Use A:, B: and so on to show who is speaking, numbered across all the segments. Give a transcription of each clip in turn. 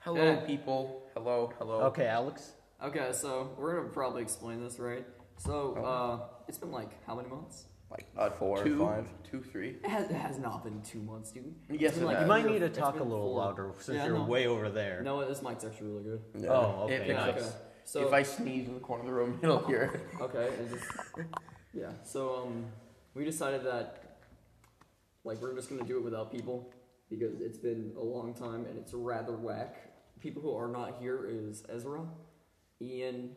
A: Hello, people. Hello, hello.
B: Okay, Alex.
C: Okay, so we're gonna probably explain this, right? So,
A: Oh.
C: uh, it's been like how many months?
A: Like
D: Uh, four,
A: two,
D: five.
A: two, three.
C: It has, it has not been two months, dude. It's
A: Yes,
C: been
A: it
B: You
A: has.
B: might need
C: year.
B: to
C: It's
B: talk a
C: been
B: little
C: four.
B: louder since
C: Yeah,
B: you're
C: no.
B: way over there.
C: No, this mic's actually really good.
D: Yeah.
B: Oh,
A: It
B: okay,
A: picks up
B: nice.
C: So
A: if I sneeze in the corner of the room, it'll hear.
C: okay, it just yeah. So um, we decided that like we're just gonna do it without people because it's been a long time and it's rather whack. People who are not here is Ezra, Ian.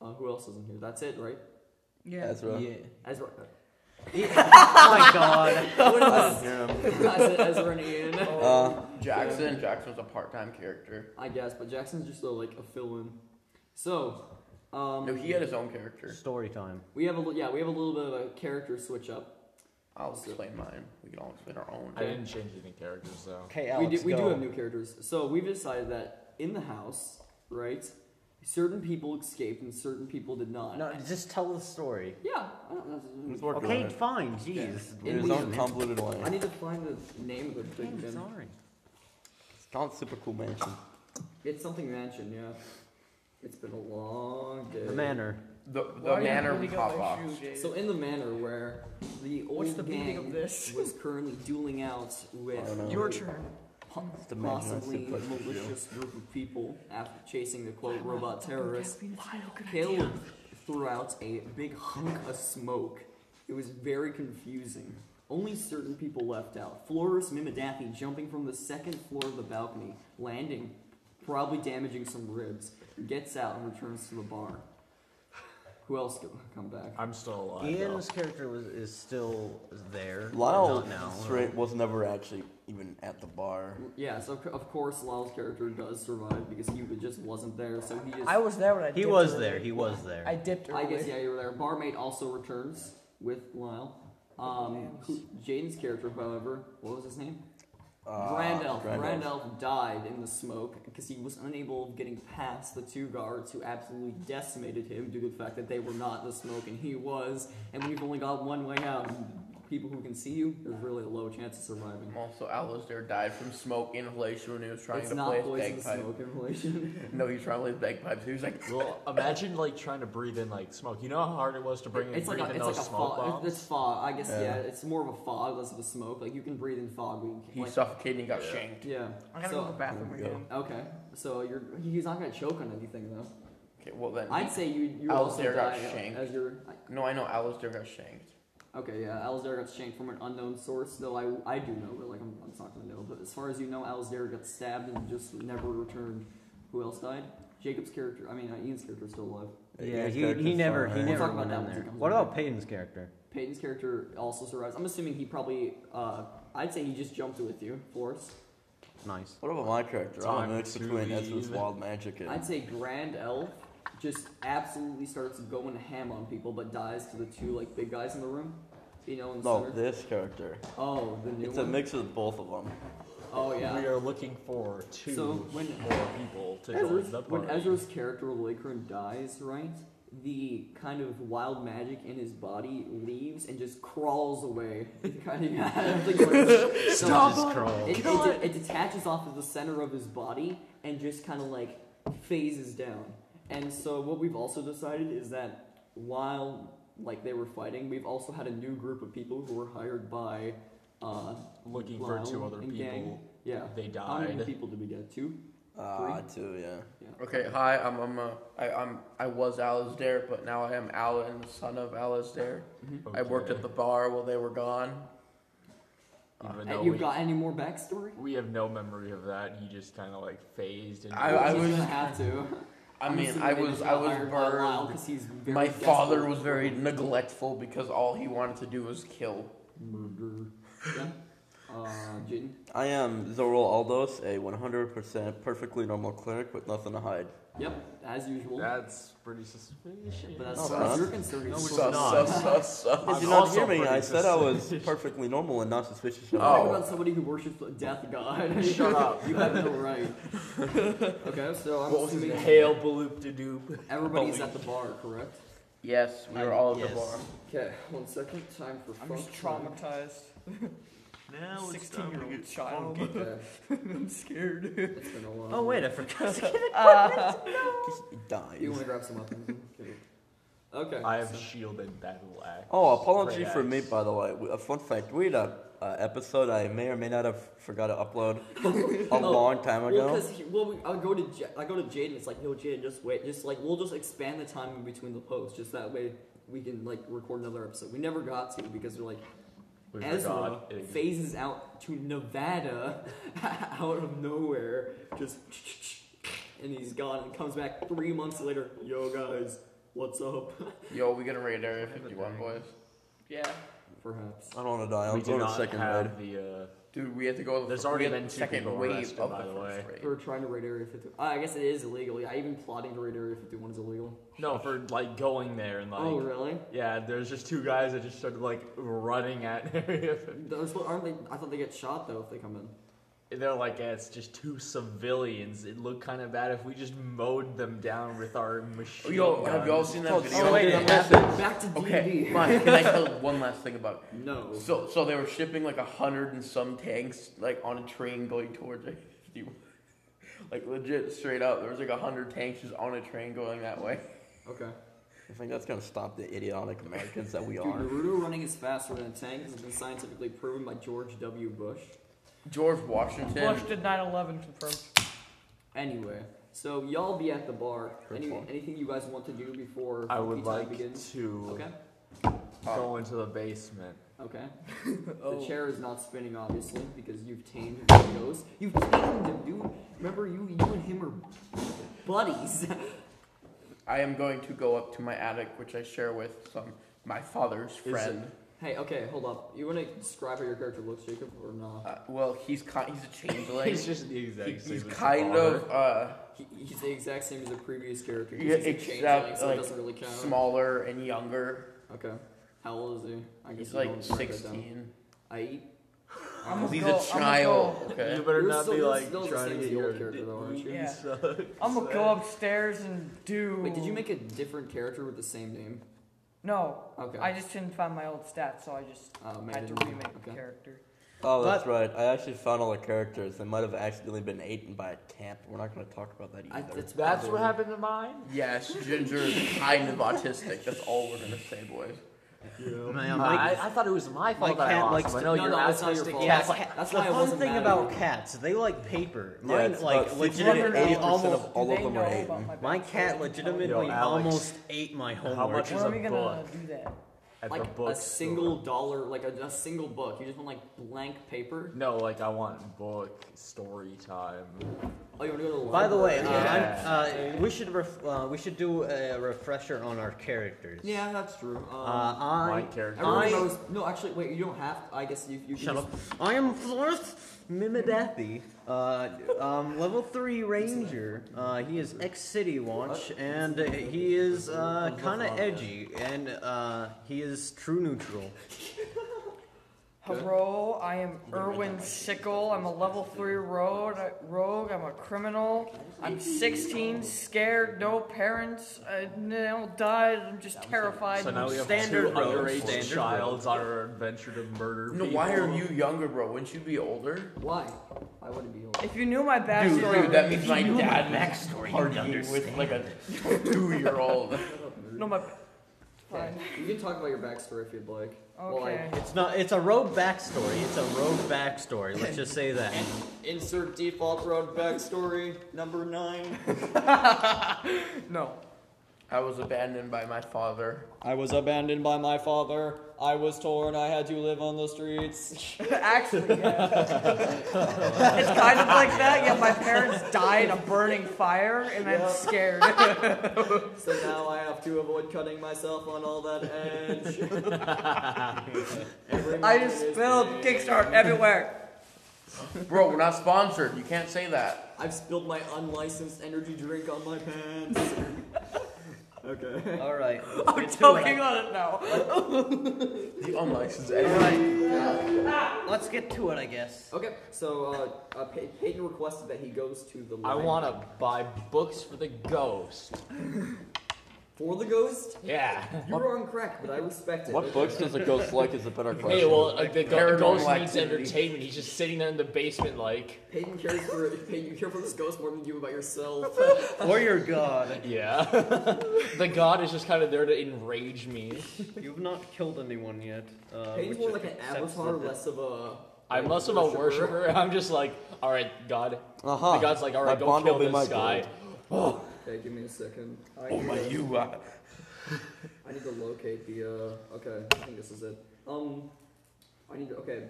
C: Uh, who else isn't here? That's it, right?
A: Yeah, that's right.
D: Yeah.
C: Ezra.
B: oh my god.
C: What else?
D: Yeah.
C: I said Ezra and Ian.
B: Oh.
D: Uh,
A: Jackson. Jackson's a part-time character.
C: I guess, but Jackson's just a, like a fill-in. So, um,
A: No, he had his own character.
B: Story time.
C: we have a li- yeah, we have a little bit of a character switch up.
A: I'll explain mine. We can all explain our own.
E: I didn't change any characters though.
B: Okay, Alex.
C: we do, we
B: go.
C: do have new characters. So we've decided that in the house, right, certain people escaped and certain people did not.
B: No, just tell the story.
C: Yeah. I, don't, know.
D: He's working
B: Okay,
D: on it.
B: fine. Jeez.
D: In his
C: we-
D: own convoluted way.
C: I need to find the name of the thing.
B: I'm
C: then.
B: sorry.
D: It's called super cool mansion.
C: It's something mansion. Yeah. It's been a long day.
B: The manor.
A: The, the manner we pop off.
C: So in the manor where the old
F: What's the meaning
C: gang
F: of this?
C: was currently dueling out with
D: don't know.
F: Your turn.
C: po-
D: the manor I
C: possibly
D: said put the
C: malicious group of people after chasing the cloaked robot terrorists, Caleb threw out a big hunk of smoke. It was very confusing. Only certain people left out. Florus Mimidathi jumping from the second floor of the balcony, landing, probably damaging some ribs, gets out and returns to the bar. Who else could come back?
E: I'm still alive. though.
B: Ian's character was is still there. but
D: Lyle
B: not now.
D: straight was never actually even at the bar.
C: Yeah, so of- of course Lyle's character does survive because he wa- just wasn't there, so he just.
F: I was there when I.
B: He
F: dipped
B: was
F: early.
B: there. He was there.
F: I dipped
C: I
F: early.
C: guess yeah, you were there. Barmaid also returns with Lyle.
F: Oh,
C: Um, who- Jaden's character, however, what was his name?
D: Uh,
C: Randolph.
D: Grand Elf.
C: Randolph died in the smoke because he was unable of getting past the two guards who absolutely decimated him due to the fact that they were not in the smoke and he was. And when you've only got one way out, people who can see you, there's really a low chance of surviving.
A: Also, Alistair died from smoke inhalation when he was trying
C: It's
A: to
C: not
A: play
C: poison
A: his bagpipe.
C: smoke inhalation.
A: No, he was trying to play his bagpipes. He was like,
E: Well, imagine like trying to breathe in like smoke. You know how hard it was to bring in,
C: It's like
E: breathe
C: a,
E: in
C: it's
E: those
C: like a
E: smoke
C: fog.
E: bombs.
C: It's fog. I guess yeah.
D: Yeah.
C: It's more of a fog, less of a smoke. Like you can breathe in fog. but you can't,
A: he
C: like,
A: suffocated and got shanked.
C: Yeah.
F: I'm gonna
C: so,
F: go to the bathroom
D: There we go.
F: again.
C: Okay. So you're he's not gonna choke on anything though.
A: Okay, well then.
C: I'd say you you
A: Alistair
C: also
A: got
C: die
A: shanked.
C: as your.
A: no, I know Alistair got shanked.
C: Okay, yeah, Alistair got shanked from an unknown source, though I, I do know, but like I'm, I'm not gonna know. But as far as you know, Alistair got stabbed and just never returned. Who else died? Jacob's character, I mean uh, Ian's character, is still alive.
B: yeah,
D: His
B: he,
D: character's
B: he never he
D: fine.
B: never
C: talk about
B: went
C: that
B: in
C: once it
B: there.
C: comes
B: What
C: up.
B: about Peyton's character?
C: Peyton's character also survives. I'm assuming he probably, uh, I'd say he just jumped with you, Forrest.
B: Nice.
D: What about my character? I'm a
E: Time
D: mix
E: to
D: between Ezra's
E: leave.
D: Wild Magic and
C: I'd say Grand Elf just absolutely starts going ham on people, but dies to the two like big guys in the room. You know, in the
D: no
C: center.
D: this character.
C: oh, the new
D: Oh, It's a
C: one.
D: mix of both of them.
C: oh yeah.
E: We are looking for two
C: So, when-
E: more people to join the
C: Ezra's,
E: party.
C: when Ezra's character Lycran dies, right? The kind of wild magic in his body leaves and just crawls away. It kind of, I don't think it's- so
E: Stop
C: it-
E: it! Crawl.
C: It, it, it detaches off of the center of his body and just kind of like phases down. And so what we've also decided is that while like they were fighting, we've also had a new group of people who were hired by uh,
E: Looking for
C: Lyle
E: two other
C: and gang.
E: people.
C: Yeah,
E: They
C: How many
E: died.
C: people did we get? Two.
D: Ah, two, yeah.
A: Okay, hi, I'm I'm uh, I, I'm I was Alistair, but now I am Alan, the son of Alistair. I worked at the bar while they were gone.
E: Even
C: And
E: though
C: you
E: we,
C: got any more backstory?
E: we have no memory of that. He just kind of like phased. Into
A: I-
E: it.
C: Which
A: I
C: is
A: was-
C: gonna have to.
A: I mean, I was I was burned.
C: because he's very
A: My father
C: desperate.
A: was very neglectful because all he wanted to do was kill.
C: murder. Yeah. Uh, Jaden.
D: I am Zorro Aldos, a 100% perfectly normal cleric with nothing to hide.
C: Yep, as usual.
E: That's pretty suspicious.
C: but that's
D: No,
C: far as you're concerned.
B: No,
C: it's
B: it's
C: so-
B: not.
D: Did
E: I'm
D: you not
E: also
D: hear me?
E: pretty
D: I said I was
E: suspicious. Oh.
D: perfectly normal and not suspicious. at
C: Talk
D: all.
C: about somebody who worships the death god.
E: Shut up.
C: you have no right. Okay, so I'm
E: What was his
C: assuming
E: name? Hail Baloop to Doop.
C: everybody's at the bar, correct?
A: Yes, we were all at the bar.
C: Okay, one second. Time for
F: I'm just traumatized. Now it's time to
A: 16-year-old
F: get
A: child.
F: funky.
C: Yeah,
A: I'm scared.
C: it's been a long
B: Oh wait, I forgot.
D: He dies.
C: You want to grab some weapons? okay.
E: I have
C: so-
E: shielded battle axe.
D: Oh, apology
E: Great
D: for me,
E: axe.
D: by the way. We- A fun fact: we had a, uh episode I may or may not have forgot to upload a
C: Oh,
D: long time ago.
C: Well, because well, we, I'll go to J- I go to Jade and it's like, yo, Jade, just wait, just like we'll just expand the time in between the posts, just that way we can like record another episode. We never got to because we're like
E: We
C: Ezra
E: forgot it-
C: phases out to Nevada out of nowhere, just and he's gone and comes back three months later. Yo, guys, what's up?
A: Yo, we gonna raid Area 51, boys.
C: yeah, perhaps.
D: I don't want to die. I'll
E: we do
D: go to
E: not
D: second raid.
E: have the. Uh,
A: Dude, we had to go. to the
E: There's
A: fir- we
E: already
A: had
E: been
A: the
E: two
A: second
E: people
A: wave
E: arrested,
A: of
E: by
A: the
E: the
A: first
E: way.
A: raid.
C: We're trying to raid Area 51. Uh, I guess it is illegal. Yeah, even plotting to raid Area 51 is illegal.
E: no, for like going there and like.
C: oh, really?
E: Yeah, there's just two guys that just started like running at Area 51.
C: Those what aren't they? I thought they get shot though if they come in.
E: They're like, yeah, it's just two civilians. It'd look kind of bad if we just mowed them down with our
A: Oh,
E: machine
A: Yo, have y'all
E: guns.
A: seen that
D: Oh,
A: video?
D: so
B: wait,
D: did
B: I'm
D: that-
C: Back to D
A: Okay, fine. Can I tell one last thing about it?
C: No.
A: So, so they were shipping like a hundred and some tanks, like on a train going towards Area 51. Like legit, straight up, there was like a hundred tanks just on a train going that way.
C: Okay.
D: I think that's gonna stop the idiotic Americans that we
C: Dude,
D: are.
C: Naruto running is faster than a tank. This has been scientifically proven by George W. Bush.
A: George Washington.
F: Bush did 9/11 confirmed.
C: Anyway, so y'all be at the bar.
D: Good
C: Any,
D: call.
C: anything you guys want to do before
E: I
C: funky
E: would
C: time
E: like
C: begins?
E: to
C: Okay.
E: go into the basement.
C: Okay.
A: Oh.
C: The chair is not spinning, obviously, because you've tamed the ghost. You've tamed him, dude. Remember, you, you and him are buddies.
A: I am going to go up to my attic, which I share with some my father's
E: it-
A: friend.
C: hey, okay, hold up. You want to describe how your character looks, Jacob, or not?
A: Uh, well, he's ki- he's a changeling.
E: He's just the exact
A: He-
E: same
A: he's
E: as the
A: kind
E: father.
A: of uh,
C: He, he's the exact same as the previous character. 'cause
A: yeah,
C: he's a
A: except
C: changeling, so it
A: like
C: doesn't really count.
A: smaller and younger.
C: Okay. How old is he? I guess
A: He's
C: you
A: like
C: don't write that down.
A: sixteen.
C: I eat.
F: I'm
A: He's
F: go-
A: a
F: I'm gonna
A: child.
F: go-
A: Okay.
E: You better
C: You're
E: not
C: still-
E: be
C: you're
E: like
C: still the
E: trying
C: same
E: to
C: as
E: get
C: the
E: your
C: old character, though, aren't you?
F: Yeah.
E: suck.
F: I'm gonna go upstairs and do.
C: Wait, did you make a different character with the same name?
F: No,
C: Okay.
F: I just didn't find my old stats, so I just
C: Oh, man,
F: had to
C: didn't you?
F: remake the
C: Okay.
F: character.
D: Oh, that's right. I actually found all the characters. They might have accidentally been eaten by a camp. We're not gonna talk about that
C: I,
D: either.
C: that's
E: That's what
C: probably-
E: happened to mine.
A: Yes, Ginger is kind of autistic. That's all we're gonna say, boys.
B: Man,
E: Uh,
B: Mike-
E: I, I thought it was my fault
B: Mike
E: that I
B: Cat
E: lost.
B: likes
E: but
B: to-
E: no,
C: No,
E: you're
C: no, it's not your
E: autistic.
C: fault.
E: Yeah,
B: Yeah,
E: it's like-
B: cat-
C: that's
B: the
C: why I
B: fun
C: wasn't
B: thing
C: mad at
B: about
C: you.
B: cats, they like paper.
D: Yeah,
B: Mine
D: it's
B: like
D: about 60 to
B: legitimately
D: 80% of
B: almost.
D: all
F: do
D: of
F: they
D: them
F: know
D: are
F: about
D: eaten.
F: my
B: My
F: backstory?
B: cat legitimately
E: Yo, Alex.
B: almost ate my homework.
E: much
F: When
E: is
F: are
E: a
F: we gonna
E: book.
F: do that?
E: at the
C: Like a
E: bookstore.
C: single dollar, like a, a single book. You just want like blank paper.
E: No, like I want book story time.
C: Oh, you want to go to the
B: By the way,
C: library?
B: uh,
E: Yeah.
B: I'm, uh, we should ref- uh, we should do a refresher on our characters.
C: yeah, that's true. Um,
B: Uh, I
E: My character.
C: everyone
B: I-
C: knows. No, actually, wait. You don't have. To, I guess you. you can
B: Shut
C: just,
B: up. I am Florence Mimidathi, uh, um, level 3 ranger. Uh, he is ex-City Watch, and uh, he is uh, kind of edgy, and uh, he is true neutral.
F: Hello, I am Erwin Sickle. I'm a level three rogue. Rogue. I'm a criminal. I'm 16, scared, no parents. I now died. I'm just terrified.
E: So now we have
B: Standard
E: two
B: road,
E: underage
B: standard
E: childs on our adventure to murder
A: No,
E: people.
A: why are you younger, bro? Wouldn't you be older?
C: Why? I would it be old?
F: If you knew my
A: Dude,
F: backstory,
A: dude, that means my dad was partying with like a two-year-old.
F: no, my
C: Okay.
F: fine.
C: You can talk about your backstory if you'd like. Well,
F: Okay.
C: like,
B: It's not. It's a rogue backstory. It's a rogue backstory. Let's just say that.
C: insert default road backstory number nine.
F: No.
A: I was abandoned by my father.
C: I was abandoned by my father. I was torn. I had to live on the streets.
F: Actually, yeah. it's kind of like that. Yeah, my parents died in a burning fire, and I'm scared.
C: so now I have to avoid cutting myself on all that edge. Every
F: I
C: moment
F: just
C: is
F: spilled
C: pain.
F: Kickstart everywhere.
A: Bro, we're not sponsored. You can't say that.
C: I've spilled my unlicensed energy drink on my pants. okay.
B: All right.
F: I'm choking on it now.
A: The unlicensed
B: All
A: editor.
B: right. Let's get to it, I guess.
C: Okay. So uh, uh, Pey- Peyton requested that he goes to the.
E: I
C: line.
E: want to buy books for the ghost.
C: For the ghost?
E: Yeah.
C: You were on crack, but I respect it.
D: What books does a ghost like is a better question.
E: Hey, well, uh, the go-
A: Paranormal
E: ghost needs
A: activity.
E: entertainment. He's just sitting there in the basement, like,
C: Peyton cares for Peyton, you care for this ghost more than you about yourself.
B: Or your god.
E: yeah. the god is just kind of there to enrage me.
B: You've not killed anyone yet. Uh,
C: Peyton's
B: which
C: more like an
B: accepts
C: avatar,
B: that the-
C: less of a.
E: I'm less of a worshiper. I'm just like, all right, God.
D: uh-huh.
E: The god's like, all
D: My
E: right, go
D: bond
E: kill
D: will be my
E: this guy.
D: gold.
C: Okay, give me a second. I
A: Oh my,
C: need to-
A: you. Uh,
C: I need to locate the. uh Okay, I think this is it. Um, I need to. Okay,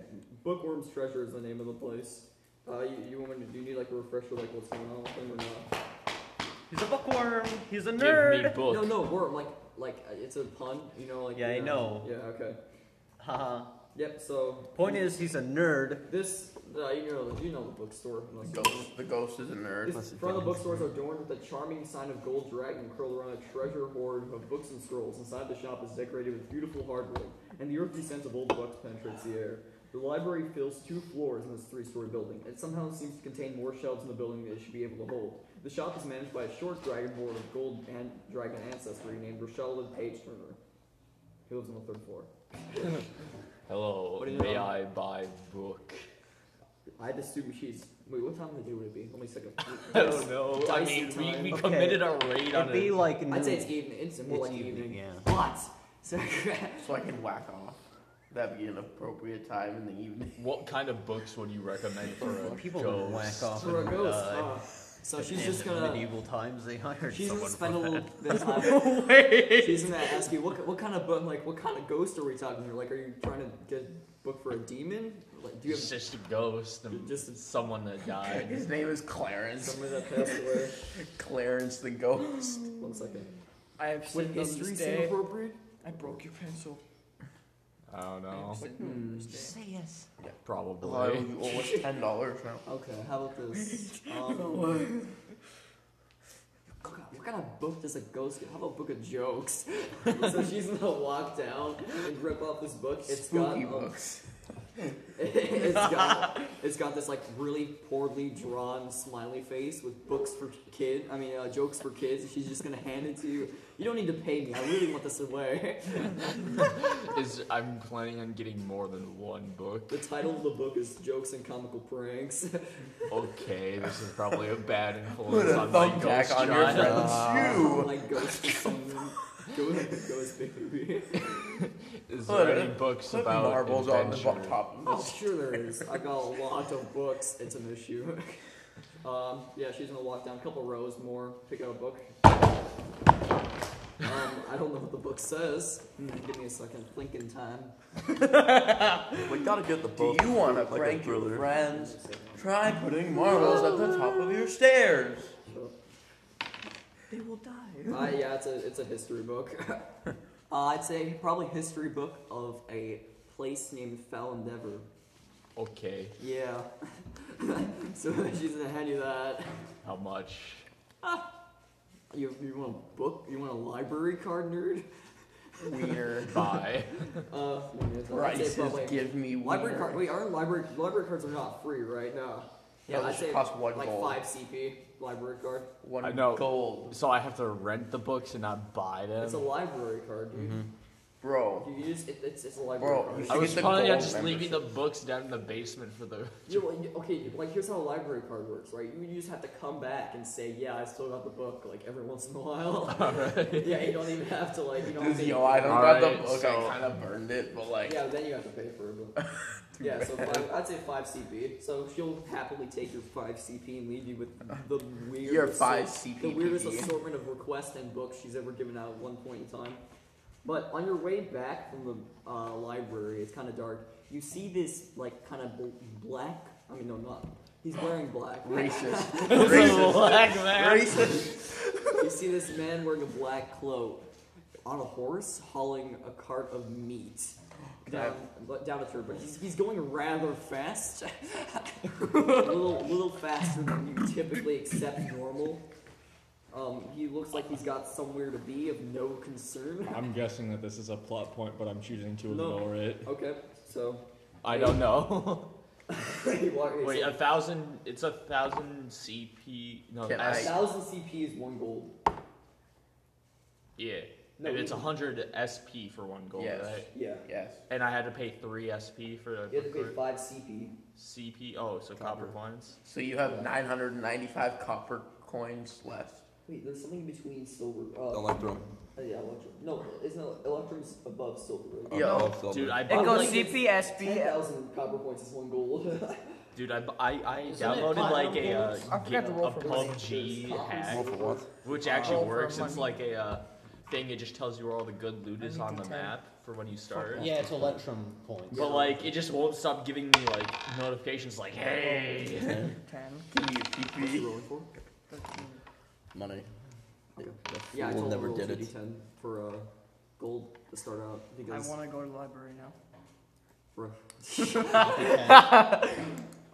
C: Bookworm's Treasure is the name of the place. Uh, you, you want me to, do you need like a refresher, like what's going on with them or not?
B: He's a bookworm. He's a
E: Give me
B: nerd.
E: book.
C: No, no, worm. Like, like uh, it's a pun. You know, like.
B: Yeah, I
C: you
B: know.
C: Yeah. Okay.
B: Haha.
C: Yep. So
B: Point is, he's a nerd.
C: this, uh, you know, you know the bookstore. Unless you know.
A: ghost, the ghost is a nerd.
C: This front of the bookstore is adorned with a charming sign of gold dragon curled around a treasure hoard of books and scrolls. Inside the shop is decorated with beautiful hardwood, and the earthy scent of old books penetrates the air. The library fills two floors in this three-story building. It somehow seems to contain more shelves in the building than it should be able to hold. The shop is managed by a short dragonborn of gold and dragon ancestry named Rochelle Page Turner, who lives on the third floor.
E: Hello,
C: What do you
E: may
C: know?
E: I buy book?
C: I'd assume she's. Wait, what time of the day would it be? Let me second.
E: I don't know. I
C: Dicey
E: mean, we,
C: time.
E: we
B: Okay.
E: committed a raid on
B: It'd be
E: it.
B: like noon.
C: I'd say it's evening. It's more
B: It's
C: like
B: evening,
C: evening.
B: yeah.
C: But so
A: So I can whack off. That'd be an appropriate time in the evening.
E: what kind of books would you recommend for a
B: People would whack
E: ghost?
B: off
C: for a
B: and,
C: ghost.
B: uh,
C: huh? Oh. So
B: in
C: she's just gonna.
B: medieval times they hired
C: She's gonna
B: someone
C: spend a
B: for
C: little
B: that.
C: bit of time. Wait. She's gonna ask you what what kind of book like what kind of ghost are we talking here? Like, are you trying to get a book for a demon? Like, do you
E: It's
C: have
E: just a ghost, and
C: Just-
E: just someone that died.
A: His name is Clarence.
C: somebody that passed away?
A: Clarence the ghost.
C: One second.
F: I have
C: Would
F: sinned on this
C: history seem
F: day.
C: appropriate?
F: I broke your pencil.
E: I don't
F: I have
E: know.
F: sinned on this day.
A: Why
E: Probably.
A: would you owe us ten dollars now?
C: Okay, how about this? Um, what kind of book does a ghost get? How about a book of jokes? so she's gonna walk down and rip off this book. It's got,
A: Spooky
C: um,
A: books.
C: it's got it's got this like really poorly drawn smiley face with books for kid. I mean uh, jokes for kids. She's just gonna hand it to you. You don't need to pay me. I really want this away.
E: Is I'm planning on getting more than one book.
C: the title of the book is Jokes and Comical Pranks.
E: Okay, this is probably a bad
A: Put
E: influence
A: a
E: on my ghost
A: thumbtack on your
E: child.
A: friend's
D: uh,
A: shoe.
C: like ghost someone. Ghost, ghost baby.
E: Is
A: Put
E: there
A: a-
E: any books
A: Put
E: about
A: marbles on the
E: adventure?
A: bo- top of
C: Oh,
A: this.
C: sure there is. I got a lot of books. It's an issue. um, yeah, she's gonna walk down a couple rows more, pick out a book. Um, I don't know what the book says. Hmm, give me a second. Thinking time.
D: we gotta get the
A: Do
D: book.
A: you want to
D: Like a
A: prank your
D: thriller.
A: friends? Try putting marbles at the top of your stairs.
F: They will die.
C: Uh, yeah, it's a it's a history book. uh, I'd say probably history book of a place named Fell Endeavor.
E: Okay,
C: Yeah. so she's gonna hand you that.
E: how much?
C: You, you want a book? You want a library card, nerd?
A: Wiener.
E: Buy.
C: Uh, I'd say
A: Prices
C: probably-
A: give me
C: Library card.
A: wiener.
C: Wait, aren't library library cards are not free right now?
A: Yeah, they
C: I'd
A: should
C: say
A: cost one
C: like
A: gold.
C: five CP library card.
E: I
A: One
E: know.
A: gold.
E: So I have to rent the books and not buy them.
C: It's a library card, dude.
A: Bro.
C: You use it, it's it's a library
A: Mm-hmm. Bro,
C: card.
A: you
E: I
A: should-
E: was
A: Get the
E: planning on
A: gold
E: just leaving the books down in the basement for the.
C: You know, like, okay, like here's how a library card works, right? You just have to come back and say, yeah, I still got the book, like every once in a while. yeah, you don't even have to like you don't. have
A: This,
C: to-
A: yo, oh, I don't
E: All
A: got the
E: right,
A: book.
E: so-
A: I kind of burned it, but like,
C: Yeah, then you have to pay for it. But... yeah, so five, I'd say five CP. So she'll happily take your five CP and leave you with the weirdest,
A: Your five
C: the
A: CP.
C: weirdest assortment of requests and books she's ever given out at one point in time. But on your way back from the uh, library, it's kind of dark. You see this like kind of bl- black. I mean, no, not. He's wearing black.
A: racist, racist,
E: Black man.
A: racist.
C: you see this man wearing a black cloak on a horse hauling a cart of meat down, but down a turn, but he's, he's going rather fast, a little, little faster than you typically accept normal. Um, he looks like he's got somewhere to be of no concern.
E: I'm guessing that this is a plot point, but I'm choosing to
C: No.
E: ignore it.
C: Okay, so
E: I don't know.
C: he walks.
E: Wait, a thousand. It's a thousand CP. No,
A: Can
E: S-
A: I-
C: thousand CP is one gold.
E: Yeah.
C: No,
E: and
C: we-
E: it's 100 SP for one gold,
A: Yes.
E: right?
C: Yeah.
A: Yes.
E: And I had to pay 3 SP for the
C: You have to pay
E: recruit.
C: 5 CP.
E: CP. Oh, so copper coins.
A: So you have 995 copper coins left.
C: Wait, there's something between silver. Uh,
D: Electrum.
C: uh, yeah, electrum. No, it's not. Electrum's above silver. Right?
D: Oh,
A: Yo,
D: no, silver.
E: Dude, I
F: It
C: go-
E: bought,
F: goes
C: like it's
F: CPSB.
C: 10,000 copper points is one gold.
E: dude, I, bu- I, I
B: Isn't it
E: downloaded like a, uh,
F: I forgot
E: ga-
F: to roll
E: a
F: for
E: PUBG
C: money.
E: hack,
D: More for what?
E: which
F: Roll
E: actually
F: for
E: works. It's
F: money.
E: like a uh, thing. It just tells you where all the good loot is
F: need
E: on
F: to
E: the
F: tell-
E: map for when you start.
B: Yeah, it's electrum points.
E: But like, it just won't stop giving me like notifications, like, hey.
F: 10,
A: Give me your
C: What's
A: PP.
C: you rolling for?
F: 13.
D: Money.
C: Okay.
D: The
C: Yeah, I
D: fool
C: told
D: never
C: him
D: did
C: to
D: it.
C: roll 2d10 for uh, gold to start out. I think it
F: I
C: was
F: want to go to the library now.
C: for.
B: Okay.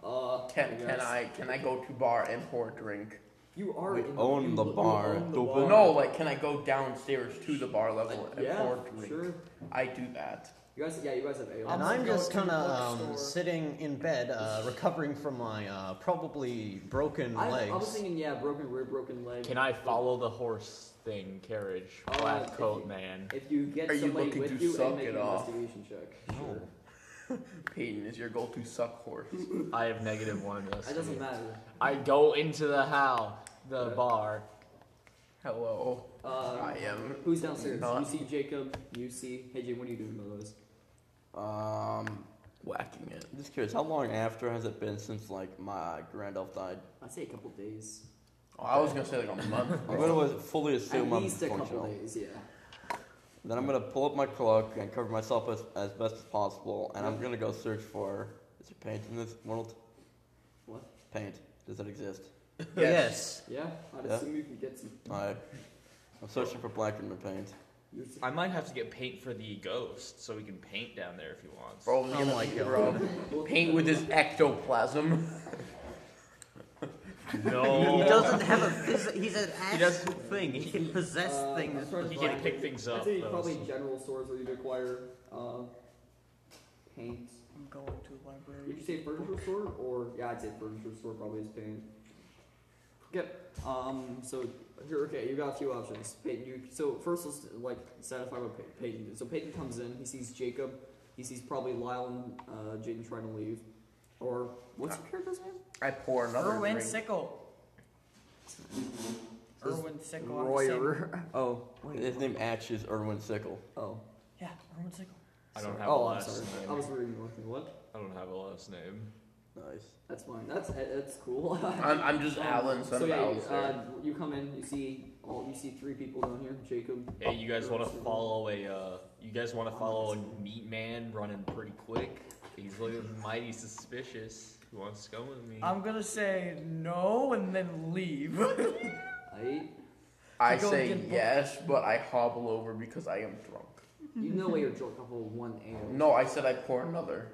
C: Uh, I
A: Can,
C: guess.
A: can I can I go to bar and pour a drink?
C: You are.
D: We
C: in,
D: own
C: you
D: the
C: li- you
D: bar,
C: own the
D: stupid.
C: bar.
A: No, like can I go downstairs to the bar level and
C: Oh, Yeah,
A: pour a drink?
C: sure.
A: I do that.
C: You guys, yeah, you guys have ale.
B: And
F: I'm
B: I'm
F: gonna
B: just
F: go
B: kind
F: to the
B: of um,
F: bookstore.
B: sitting in bed, uh, recovering from my uh, probably broken
C: I, I was
B: legs.
C: thinking, yeah, broken rib, broken leg.
E: Can I follow the horse thing carriage?
C: Uh,
E: Black
C: if
E: coat
C: you-
E: man.
C: If you get
A: Are you
C: somebody
A: looking
C: with
A: to
C: you
A: suck
C: and make
A: it
C: an
A: off?
C: investigation check. Sure.
A: Peyton, is your goal to suck horse?
E: I have negative one of
C: It doesn't
E: those.
C: matter.
E: I go into the how the
C: Yeah.
E: bar.
A: Hello,
C: Uh,
A: I am.
C: who's downstairs?
A: No.
C: You see Jacob. You see. Hey, Jim, what are you doing about those?
D: Um,
A: Whacking it.
D: I'm just curious, how long after has it been since like my Gandalf died?
C: I'd say a couple days.
A: Oh, I was gonna say like a month.
D: I'm gonna was- fully
C: At
D: assume I'm
C: least a couple
D: functional.
C: days. Yeah.
D: Then I'm gonna pull up my cloak and cover myself as, as best as possible, and I'm gonna go search for. Is there paint in this world?
C: What?
D: Paint. Does it exist?
B: yes.
C: Yeah. I'd
D: Yeah.
C: assume you can get some.
D: I, I'm searching for blackened paint.
C: you s-
E: I might have to get paint for the ghost, so we can paint down there if he wants.
A: Bro, was
B: Oh
A: gonna
B: my
A: be-
B: God.
A: bro. Paint with his ectoplasm.
B: He
E: no,
B: doesn't have a. Phys- he's an
E: Oh. He
B: actual
E: doesn't-
B: thing. He can possess
C: Uh,
B: things.
C: I'm trying to
E: he
B: with,
E: can
B: like-
E: pick things
C: I'd
E: up.
C: say
E: though,
C: probably
E: so-
C: general stores where you'd acquire uh, paint.
F: I'm going to the library.
C: Would you say furniture store or yeah? I'd say furniture store probably is paint. Yep. Um. So here, okay, you got a few options. Peyton, you so first let's like satisfy what Pey- Peyton did. So Peyton comes in. He sees Jacob. He sees probably Lyle and uh, Jaden trying to leave. Or what's your character's name?
A: I pour another
F: Erwin
A: drink.
F: Sickle.
C: This
F: Erwin Sickle. I'm the same-
C: Royer. Oh.
D: His name actually is Erwin Sickle.
C: Oh.
F: Yeah, Erwin Sickle.
E: I don't have a
C: Oh, I'm
E: last
C: sorry.
E: name.
C: I was reading one thing. What?
E: I don't have a last name.
D: Nice.
C: That's fine. That's eh, that's cool.
A: I'm, I'm just
C: Um,
A: Alan, son
C: so
A: of
C: yeah,
A: Alan.
C: you,
A: sir.
C: uh, you come in, you see all, you see three people down here. Jacob.
E: Hey, you guys want to
C: Erwin.
E: follow a? Uh, you guys want to follow a meat man running pretty quick? He's looking mighty suspicious. Who wants to go with me?
F: I'm gonna say no and then leave.
C: I.
A: I
F: go
A: say
F: get-
A: yes, but I hobble over because I am drunk.
C: You know where you're drunk off of one ale.
A: No, I said I pour another.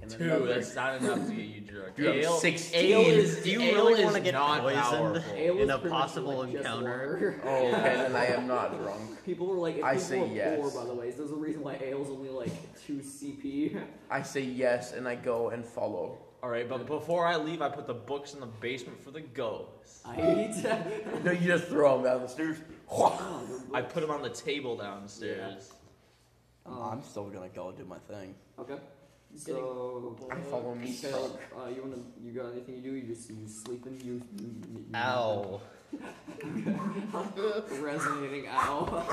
A: And
E: Two.
A: another.
E: That's not enough to get you drunk.
A: Dude, I'm
E: ale,
A: 16.
E: Ale is,
B: Do you
E: ale
B: really
E: want
B: wanna
E: to
B: get
E: not
B: poisoned?
E: powerful.
C: Ale was
B: In a
C: pretty much
B: possible
C: like just
B: encounter.
C: water.
A: Oh, okay, then I am not drunk.
C: People were like, if
A: I
C: people
A: say
C: are
A: yes.
C: poor, by the way. There's a reason why ale's only like two CP.
A: I say yes, and I go and follow.
E: All right, but before I leave, I put the books in the basement for the ghosts.
C: I hate that.
A: No, you just throw them down the stairs.
E: I put them on the table downstairs.
C: Um,
A: Oh.
D: I'm still gonna go do my thing.
C: okay. So
A: I follow me
C: Kale,
A: drunk.
C: uh, you wanna? You got anything to do? You just you sleeping? You. you- you-
B: Ow.
C: resonating owl.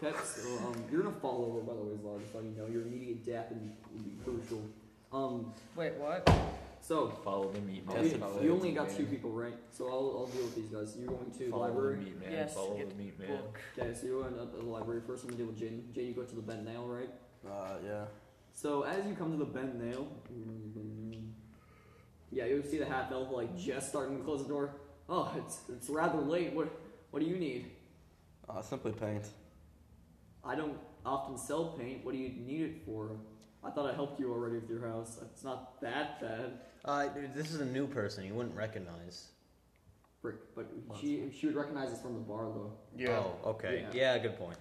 C: Peps, um, you're gonna fall over by the way, Zlog, just so you know your immediate death and will be crucial. Um,
F: Wait, what?
C: so
E: Follow the meat man.
C: you,
E: follow
C: you
E: the
C: only
E: meat
C: got
E: man.
C: two people, right? So I'll, I'll deal with these guys. You're going to the
E: Follow the
C: library.
E: meat man.
F: Yes,
E: follow
F: get
E: the meat man.
F: Book.
C: Okay, so you end up at the library first. I'm gonna deal with Jane. Jane, you go to the bent nail, right?
D: Uh, yeah.
C: So as you come to the bent nail, yeah, you'll see the half elf like just starting to close the door. Oh, it's it's rather late. What what do you need?
D: Uh, simply paint.
C: I don't often sell paint. What do you need it for? I thought I helped you already with your house. It's not that bad.
B: Uh, dude, this is a new person. You wouldn't recognize.
C: Brick, but she she would recognize us from the bar though.
A: Yeah.
B: Oh, okay.
C: Yeah.
B: Yeah, good point.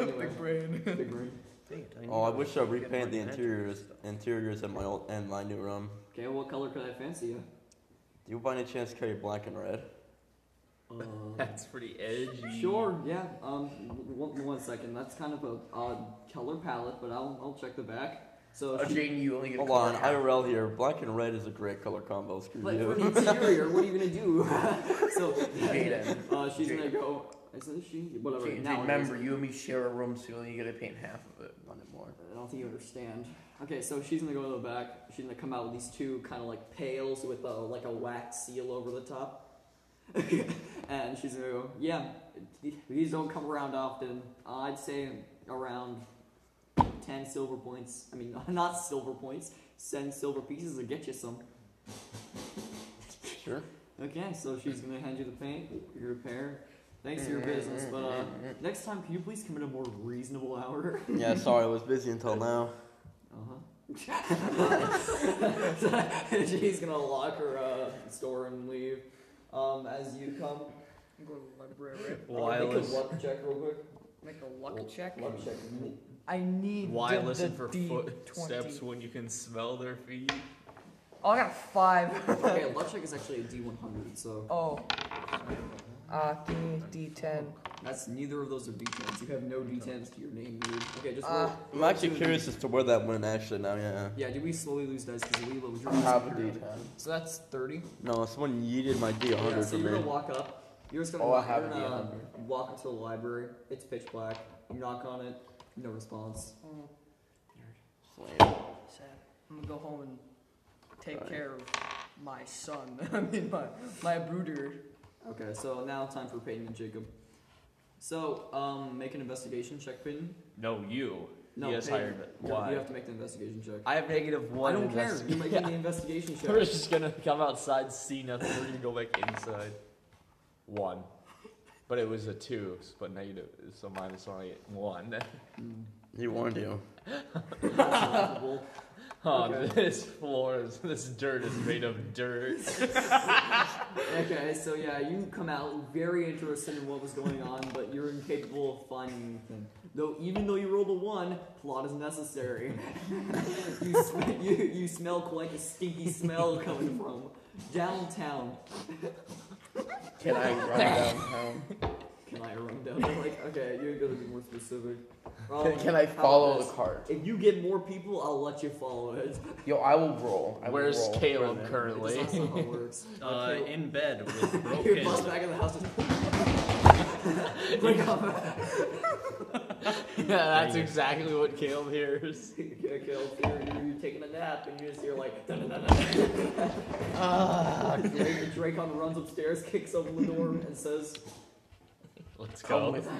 C: Anyway,
F: brain.
C: big ring.
D: Oh, I wish I repaint the interiors interiors in my old and my new room.
C: Okay, what color could I fancy you?
D: Do you by any chance carry black and red?
C: Uh,
G: That's pretty edgy.
C: sure, yeah. Um, one, one second. That's kind of a odd color palette, but I'll, I'll check the back. So,
A: Oh,
C: she-
A: Jaden, you only get a
D: Hold on,
A: card.
D: IRL here. Black and red is a great color combo. Screw
C: but for
D: you.
C: an interior, what are you gonna do? so,
A: Jaden.
C: uh, she's gonna go. Isn't she? Whatever.
A: Jaden,
C: now it is.
A: remember, you and me share a room, so you only get to paint half of it.
D: Not anymore.
C: I don't think you understand. Okay, so she's gonna go to the back. She's gonna come out with these two kind of like pails with a, like a wax seal over the top. and she's gonna go, yeah, these don't come around often. I'd say around 10 silver points. I mean, not silver points, 10 silver pieces will get you some.
D: Sure.
C: Okay, so she's gonna hand you the paint, your repair. Thanks for your
A: Mm-hmm.
C: business, but uh, next time, can you please come at a more reasonable hour?
D: Yeah, sorry, I was busy until now.
C: Uh-huh. She's gonna lock her uh, store and leave. Um, as you come,
F: I'm going to the library.
E: Why
C: make a
E: listen?
C: luck check real quick.
F: Make a luck check.
C: Luck check.
F: I need
G: Why
F: the,
G: listen
F: the
G: for
F: D
G: footsteps
F: 20.
G: when you can smell their feet?
F: Oh, I got a five.
C: Okay, luck check is actually a D100, so
F: Oh. Uh, give me D10.
C: that's neither of those are D10s. You have no D10s to your name, dude. Okay, just roll.
A: Ah.
F: Uh,
D: I'm actually curious as to where that went actually now, yeah.
C: yeah, did we slowly lose dice because Lilo was your So that's 30.
D: No, someone yeeted my D100
C: Yeah, so
D: for
C: you're
D: me.
C: gonna walk up. You're just gonna,
A: Oh, I
C: walk,
A: have
C: you're
A: a
C: gonna
A: D100.
C: walk up to the library. It's pitch black. You knock on it. No response.
F: Sad. I'm gonna go home and take care of my son. I mean, my my brooder.
C: Okay, so now time for Peyton and Jacob. So, um, make an investigation check, Peyton.
G: No, you.
C: No,
G: he has
C: Peyton.
G: hired.
C: No,
G: Why?
C: You have to make the investigation check.
E: I have negative one.
C: I don't care.
E: investigation.
C: You're making the investigation
G: We're
C: check.
G: just gonna come outside, see nothing. We're gonna go back inside. One, but it was a two, but negative, so minus one. I get one.
D: He warned you.
C: Well,
G: Oh,
C: Okay.
G: this floor is this dirt is made of dirt.
C: okay, so yeah, you come out very interested in what was going on, but you're incapable of finding anything. Though, even though you rolled a one, plot is necessary. you, sm- you, you smell quite a stinky smell coming from downtown.
A: Can I run downtown?
C: Can I run down? Like, okay, you gotta be more specific. Um,
A: Can, can I
C: how about
A: follow the
C: this?
A: card?
C: If you get more people, I'll let you follow it.
A: Yo, I will roll. I will
G: Where's
A: roll.
G: Caleb
A: Brandon.
C: That's
G: currently?
C: not how it works.
B: Uh,
C: Okay.
B: in bed with
C: You're bust
B: broken.
C: back in the house. Just Wake up.
G: yeah, that's exactly what Caleb hears.
C: You get killed, You're, you're taking a nap, and you just hear like. Drake, Dracon runs upstairs, kicks open the door, and says,
G: Let's
A: Come
G: go.
A: with me.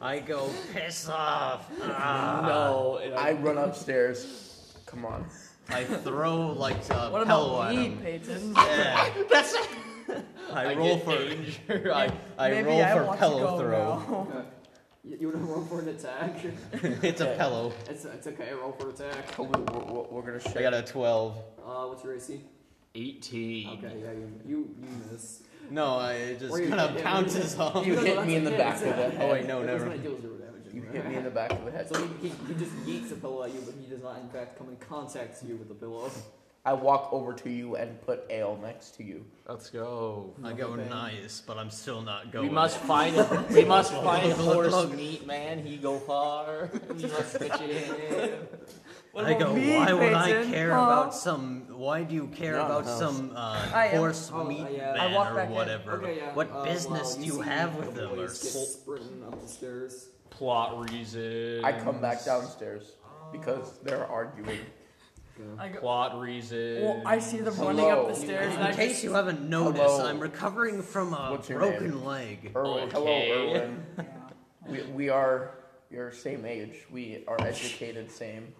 B: I go piss off. Ah.
G: no, and
A: I
G: I,
A: run upstairs. Come on.
B: I throw like a
F: What
B: pillow
F: about
B: at
F: me,
B: him.
F: Peyton?
B: Yeah. I,
G: I
B: roll
G: get
B: for
G: danger. I,
B: I
F: Maybe
B: roll
F: I
B: for
F: want to
B: pillow
F: go
B: throw.
F: now.
C: "Okay, you, you want to roll for an attack?
B: it's a pillow.
C: It's, it's okay. Roll for attack.
A: We're, we're, we're gonna
B: I
A: share.
B: got a twelve.
C: Uh, what's your AC?
G: 18.
C: Okay, yeah, you you, you miss.
B: No, I it just
C: Or you
B: kind
C: hit
B: of
C: him.
B: pounces off.
A: You
C: No, no,
A: hit
C: that's
A: me in the
C: okay,
A: back of
C: it's
A: the head.
B: Oh wait, no,
C: It doesn't
B: never.
C: deal zero damage.
A: You hit me in the back of the head.
C: So he, he, he just yeets a pillow at you, but he does not in fact come in contact with you with the pillow.
A: I walk over to you and put ale next to you.
G: Let's go.
B: I go
C: Okay.
B: nice, but I'm still not going.
G: We must find we must find
B: Look,
G: horse
B: look.
G: meat man. He go far. We must pitch it in.
F: What
B: I
F: about
B: go.
F: me,
B: Why would I
F: Peyton?
B: care
F: Huh?
B: about some? Why do you care
D: No,
B: about
D: no.
B: some uh,
F: I am-
B: horse
C: oh,
B: meat
C: yeah.
F: I
B: man
F: walk
B: or
F: back in.
B: whatever?
C: Okay, yeah.
B: What
C: uh, well,
B: business do you
C: see
B: have
C: the
B: with them? Or
C: boys get
B: s-
C: sprinting up the stairs.
G: Plot reasons.
A: I come back downstairs because they're arguing.
F: I go.
G: Plot reasons.
F: Well, I see them running up the
A: Hello.
F: stairs, and
B: In
F: I
B: case
F: just
B: you haven't noticed,
A: Hello.
B: I'm recovering from a
A: What's your
B: broken
A: name?
B: leg.
A: Erwin, hello,
G: Okay.
A: Erwin. We, we are your same age. We are educated same.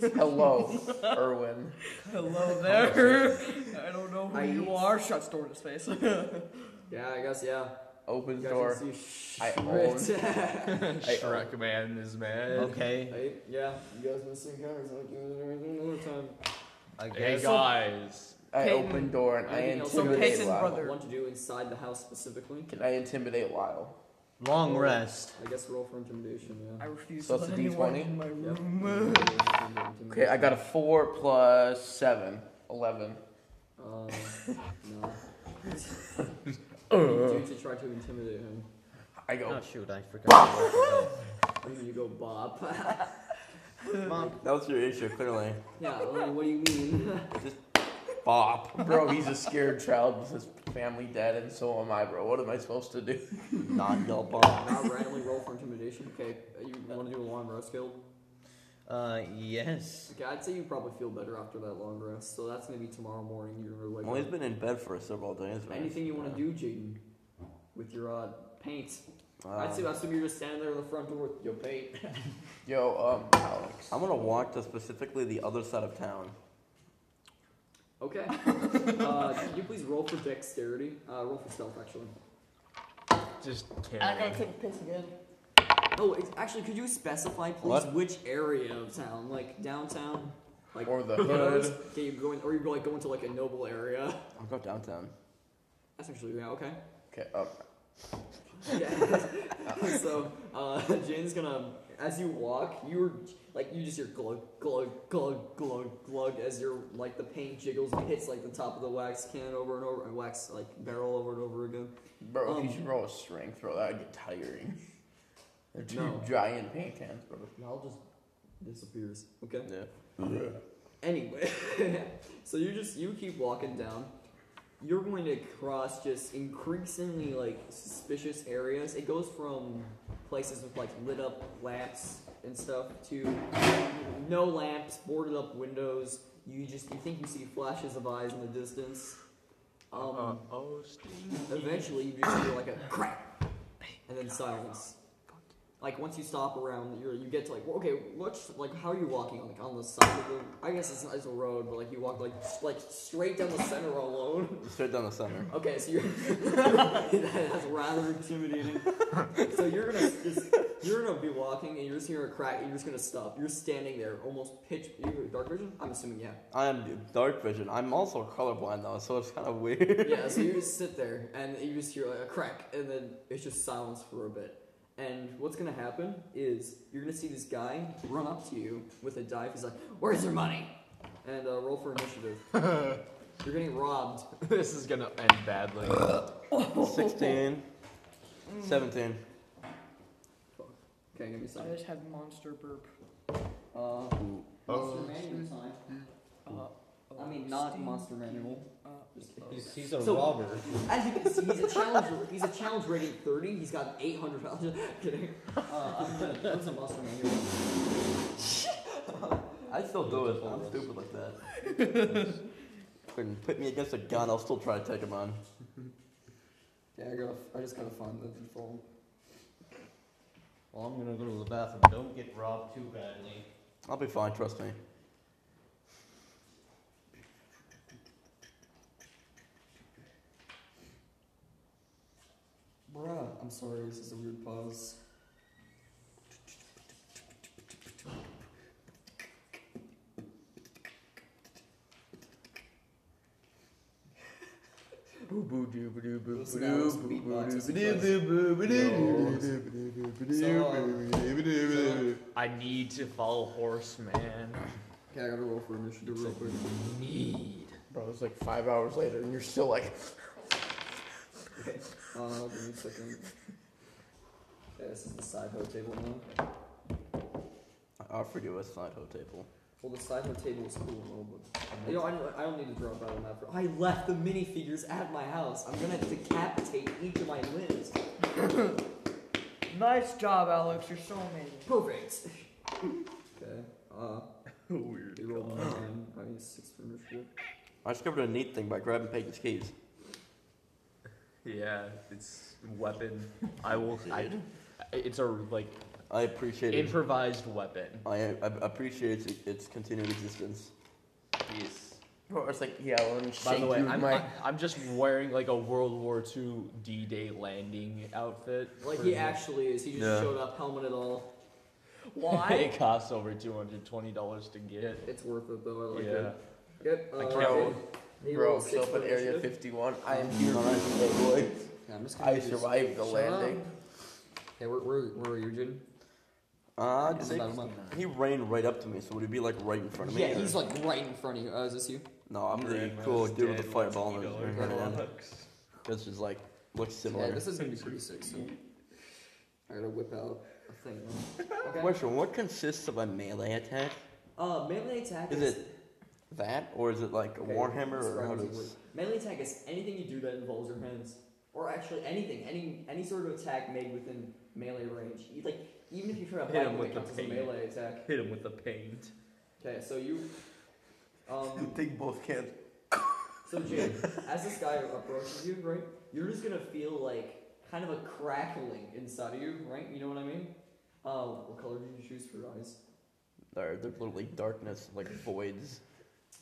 A: hello, Erwin.
F: hello there. I don't know who
C: I-
F: you are. Shut door in his face.
C: Yeah, I guess yeah.
A: Opens
C: You guys
A: door.
C: can see
A: I
C: shit.
G: Shrek man is mad.
B: Okay,
C: Hey, yeah, you guys missed encounters like you another time.
B: I
G: Hey
B: guess.
G: guys.
A: I
F: Peyton-
A: open door and I
C: Anything else you
A: intimidate
F: Peyton's
A: Lyle.
F: brother.
C: Want to do inside the house specifically?
A: Can I intimidate Lyle?
B: Long rest.
C: I guess roll for intimidation.
F: I refuse
A: So
F: to
A: it's
F: let
A: a
F: anyone
A: D20?
F: in my
C: Yeah.
F: room.
A: Okay, I got a four plus seven. Eleven.
C: Um, no. to intimidate him.
A: I go.
B: Oh shoot, I forgot. to roll
C: And then you go bop.
B: for help. Mom,
D: That was your issue, clearly.
C: yeah, like, what do you mean?
D: Bop.
A: Bro, he's a scared child with his family dead, and so am I, bro. What am I supposed to do?
D: Not yell bop.
C: Not randomly roll for intimidation. Okay, you want to do a long rest guild?
B: uh, yes.
C: Okay, I'd say you probably feel better after that long rest. So that's maybe tomorrow morning. You're gonna wake
D: Well, he's
C: up.
D: been in bed for several days. Right?
C: Anything you want to do, Jaden, with your uh, paint? I'd say I assume you're just standing there in the front door with your paint.
A: Yo, um, Alex.
D: I'm gonna walk to specifically the other side of town.
C: Okay. uh, can you please roll for dexterity? Uh, roll for stealth, actually.
E: Just
A: I
E: carry.
A: gotta take a piss again.
C: Oh, it's, actually, could you specify, please,
D: What?
C: which area of town? Like downtown, like
A: Or the
C: ghettos?
A: hood.
C: Okay, you going, or you go like going to like a noble area.
D: I'll go downtown.
C: That's actually yeah, okay.
A: Okay, um,
C: Yeah. so, uh, Jane's gonna, as you walk, you're like you just hear glug glug glug glug glug as your like the paint jiggles and hits like the top of the wax can over and over, and wax like barrel over and over again.
A: bro,
C: Um,
A: if you should roll a strength throw, that'd get tiring. They're two
C: No.
A: giant paint cans, bro.
C: And all just disappears. Okay.
D: Yeah.
C: Anyway, so you just you keep walking down. You're going to cross just increasingly like suspicious areas. It goes from places with like lit up lamps and stuff to no lamps, boarded up windows. You just you think you see flashes of eyes in the distance. Um,
E: Oh, Steve.
C: Eventually, you just hear like a crack, and then silence. Like once you stop around, you you get to like well, okay, what's like how are you walking like on the side of the? I guess it's not it's a road, but like you walk like s- like straight down the center alone.
D: Straight down the center.
C: Okay, so you're that's rather intimidating. so you're gonna just you're gonna be walking and you're just hearing a crack and you're just gonna stop. You're standing there, almost pitch. You have dark vision? I'm assuming yeah.
D: I am dark vision. I'm also colorblind though, so it's kind of weird.
C: yeah, so you just sit there and you just hear like a crack, and then it's just silence for a bit. And what's gonna happen is you're gonna see this guy run up to you with a knife. He's like, "Where's your money?" And uh, roll for initiative. you're getting robbed.
E: this is gonna end badly.
G: Uh,
D: 16, 17.
C: Okay, give me a
F: I
C: second.
F: just had monster burp.
C: Uh,
E: Oh.
C: Manual time.
F: Uh,
C: I mean,
F: oh,
C: not
F: Steve.
C: Monster Manual.
F: Uh,
B: He's, he's a
C: So-
B: robber.
C: As you can see, he's a challenge. He's a challenge rating 30. He's got 800. I'm just kidding. Uh, I'm gonna. What's a Monster Manual?
D: I still do it. I'm stupid like that. Fucking put me against a gun, I'll still try to take him on.
C: Yeah, I gotta. I just gotta find the default.
B: Well, I'm gonna go to the bathroom. Don't get robbed too badly.
D: I'll be fine, trust me.
C: Bruh, I'm sorry, this is a weird pause. Those sounds beatbox is uh, So,
E: I need to follow Horseman.
C: Okay, I gotta roll for initiative real quick.
E: Need.
A: Bro, it's like five hours later, and you're still like,
C: Uh, give me a second. Okay, this is the side hoe table now.
D: I offered you a side hoe table.
C: Well, the side hoe table is cool and all, but. You know, I, don't- I don't need to draw a battle map. for- I left the minifigures at my house. I'm gonna decapitate each of my limbs.
F: nice job, Alex. You're so amazing.
C: Perfect. okay, uh.
A: weird.
C: You rolled a nine. I need a six for initiative.
D: I discovered a neat thing by grabbing Peyton's keys.
E: Yeah, it's weapon. I will. I, it's a like
D: I appreciate it.
E: improvised weapon.
D: I, I appreciate it, its continued existence.
E: Yes.
A: Bro, it's like, yeah, well, let me
E: By
A: shake
E: the way,
A: you with
E: I'm,
A: my.
E: I, I'm just wearing like a World War II D-Day landing outfit.
C: Like
E: for
C: he
E: the-
C: actually is. He just
D: Yeah.
C: showed up, helmet and all.
E: it costs over two hundred twenty dollars to get.
C: It's worth it though. I like
E: Yeah.
C: it. Yep. Uh,
E: I can't
A: Bro,
C: they
A: bro,
C: rolled a six
A: self
C: for
A: at Area
C: initiative.
A: 51. I am here for you today, boy.
C: Yeah, I'm just gonna
A: I
C: do this.
A: survived the
C: Shut
A: landing.
C: up. Okay, where, where, where are you, Jin?
D: Uh,
C: This is
D: six-
C: about a month.
D: he ran right up to me, so would he be like right in front of me?
C: Yeah,
D: or-
C: he's like right in front of you. Uh, is this you?
D: No, I'm the
E: Grandma's
D: cool dude with the
E: dead,
D: fireball.
E: $120
D: and running in. This is like Looks
C: Yeah,
D: similar.
C: this is gonna be pretty sick. So I gotta whip out a thing. Okay.
D: Question: What consists of a melee attack?
C: Uh, melee attack
D: Is it that, or is it like a
C: Okay,
D: warhammer, or
C: describe
D: how
C: using
D: does?
C: words. melee attack is anything you do that involves your hands, or actually anything, any any sort of attack made within melee range. You- Like even if you try to
G: Hit
C: bite
G: him
C: him,
G: with
C: it
G: the
C: counts as a
G: paint.
C: melee attack.
G: Hit him with the paint.
C: Okay, so you, um,
A: Take both cans.
C: so Jake, as this guy approaches you, right, you're just gonna feel like kind of a crackling inside of you, right? You know what I mean? Uh, what color did you choose for your eyes?
D: They're, they're literally darkness, like voids.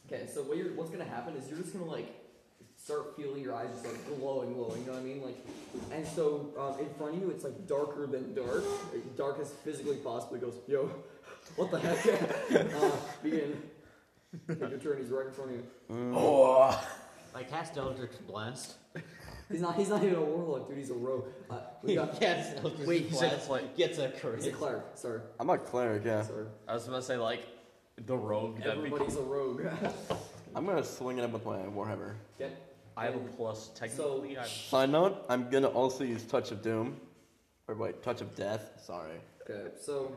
C: Okay, so what you're, what's gonna happen is you're just gonna like start feeling your eyes just like glowing, glowing. You know what I mean? Like, and so um, in front of you, it's like darker than dark, like, dark as physically possible. It goes, yo, what the heck? uh, begin. Take your turn. He's right in front of you.
A: Oh,
B: I cast Eldritch Blast.
C: He's not. He's not even a warlock, dude. He's a rogue. Uh, we got.
B: Yes, Eldritch
E: Wait, he's a
B: Blast. gets a crit.
C: He's a cleric. Sorry.
D: I'm a cleric, yeah.
C: Sorry.
G: I was about to say like the rogue. That'd be
C: Everybody's a rogue.
D: I'm gonna swing it up with my warhammer.
C: okay.
G: I have a plus. Technically, I'm
D: Side note: I'm gonna also use touch of doom, or wait, touch of death. Sorry.
C: Okay. So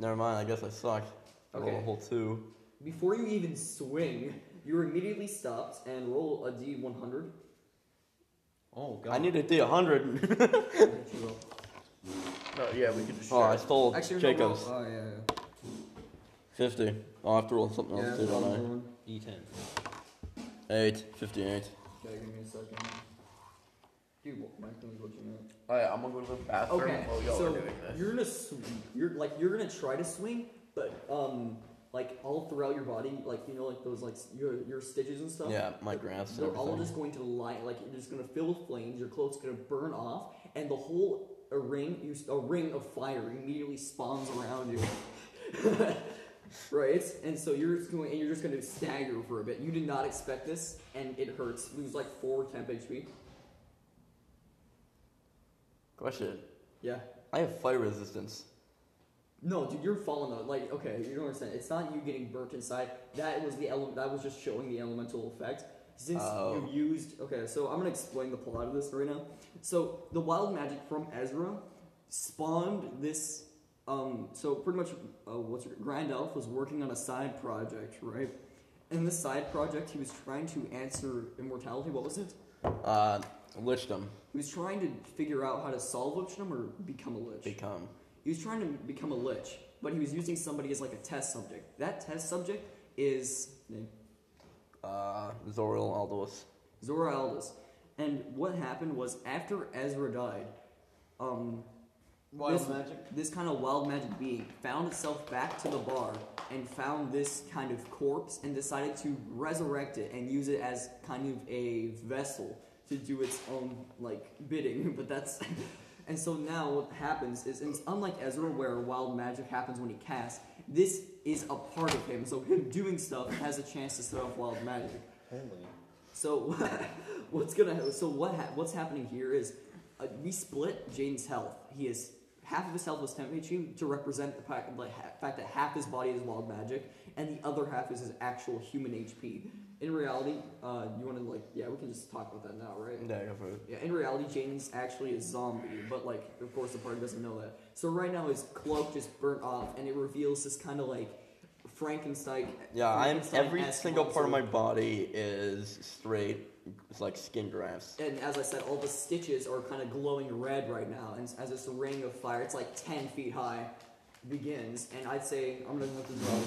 D: Never mind. I guess I suck. I rolled
C: Okay.
D: a whole two.
C: before you even swing, you're immediately stopped and roll a d100.
B: Oh god.
D: I need a d100.
A: no, yeah, we could just.
D: oh, I
A: share.
D: stole
C: Actually, no, roll-
D: Jacob's
C: Oh, yeah, yeah.
D: 50. I'll have to roll something
C: Yeah,
D: else too,
C: roll
D: don't
C: one.
E: E
B: E10.
D: I? 8, 58.
C: Okay, give me a second. Dude, what my thing's looking at.
A: Alright, Oh, I'm gonna go to the bathroom
C: Okay,
A: while y'all are
C: so
A: doing this.
C: you're gonna sw- you're like you're gonna try to swing, but um, like all throughout your body, like you know, like those like s- your your stitches and stuff.
D: Yeah, my graphs and
C: They're all
D: everything.
C: just going to light, like you're just gonna fill with flames. Your clothes gonna burn off, and the whole a ring, you, s- a ring of fire immediately spawns around you. right, and so you're just going, and you're just gonna stagger for a bit. You did not expect this, and it hurts. Lose like four temp HP.
D: Question.
C: Yeah.
D: I have fire resistance.
C: No, dude, you're falling though. Like, okay, you don't understand. It's not you getting burnt inside. That was the ele- That was just showing the elemental effect. Since
D: Oh.
C: you used, okay, so I'm gonna explain the plot of this right now. So the wild magic from Ezra spawned this. Um, so pretty much, uh, what's your, Grand Elf was working on a side project, right? And this side project, he was trying to answer immortality. What was it?
D: Uh, lichdom.
C: He was trying to figure out how to solve lichdom or become a lich.
D: Become.
C: He was trying to become a lich, but he was using somebody as like a test subject. That test subject is name
D: Uh, Zoril Aldous.
C: Zora Aldus. And what happened was after Ezra died, um,
B: Wild
C: this,
B: magic?
C: This kind of wild magic being found itself back to the bar and found this kind of corpse and decided to resurrect it and use it as kind of a vessel to do its own like bidding. But that's and so now what happens is and it's unlike Ezra where wild magic happens when he casts. This is a part of him, so him doing stuff has a chance to set off wild magic. So what's gonna so what ha- what's happening here is uh, we split Jaden's health. He is half of his health was temp HP to represent the fact, like, ha- fact that half his body is wild magic and the other half is his actual human HP. In reality, uh, you want to like yeah, we can just talk about that now, right?
D: Yeah, go for it.
C: Yeah, in reality, Jaden's actually a zombie, but like, of course, the party doesn't know that. So right now, his cloak just burnt off, and it reveals this kind of like Frankenstein.
D: Yeah, I'm,
C: Frankenstein-esque
D: every single part of my
C: monster.
D: body is straight. It's like skin grafts.
C: And as I said, all the stitches are kind of glowing red right now, and as this ring of fire, it's like ten feet high, begins. And I'd say I'm gonna have to draw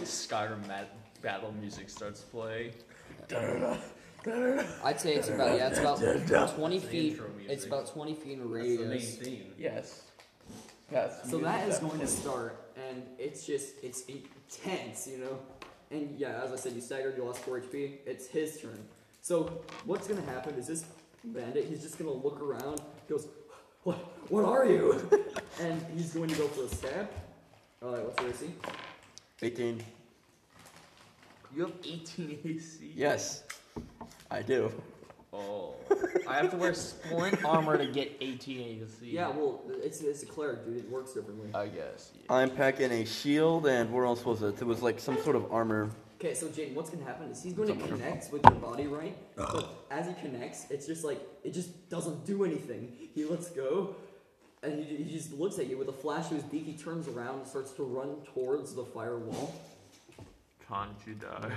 C: this.
G: Skyrim mat- battle music starts playing.
C: I'd say it's about yeah, it's about twenty feet.
G: intro music.
C: It's about twenty feet in radius.
G: theme.
A: yes. Yes.
C: So
A: you
C: that
A: did
C: is going to start, and it's just it's intense, you know. And yeah, as I said, you staggered, you lost four HP. It's his turn. So what's gonna happen is this bandit. He's just gonna look around. Goes, what? What are you? and he's going to go for a stab. All right, what's your AC?
D: 18.
G: You have 18 AC.
D: Yes, I do.
G: Oh, I have to wear splint armor to get 18 AC.
C: Yeah, well, it's it's a cleric, dude. It works differently.
G: I guess.
D: I'm packing a shield and what else was it? It was like some sort of armor.
C: Okay, so Jaden, what's gonna happen is he's going to connect with your body, right?
B: Uh-huh.
C: But as he connects, it's just like it just doesn't do anything. He lets go, and he, he just looks at you with a flash of his beak. He turns around and starts to run towards the firewall,
A: Can't you die?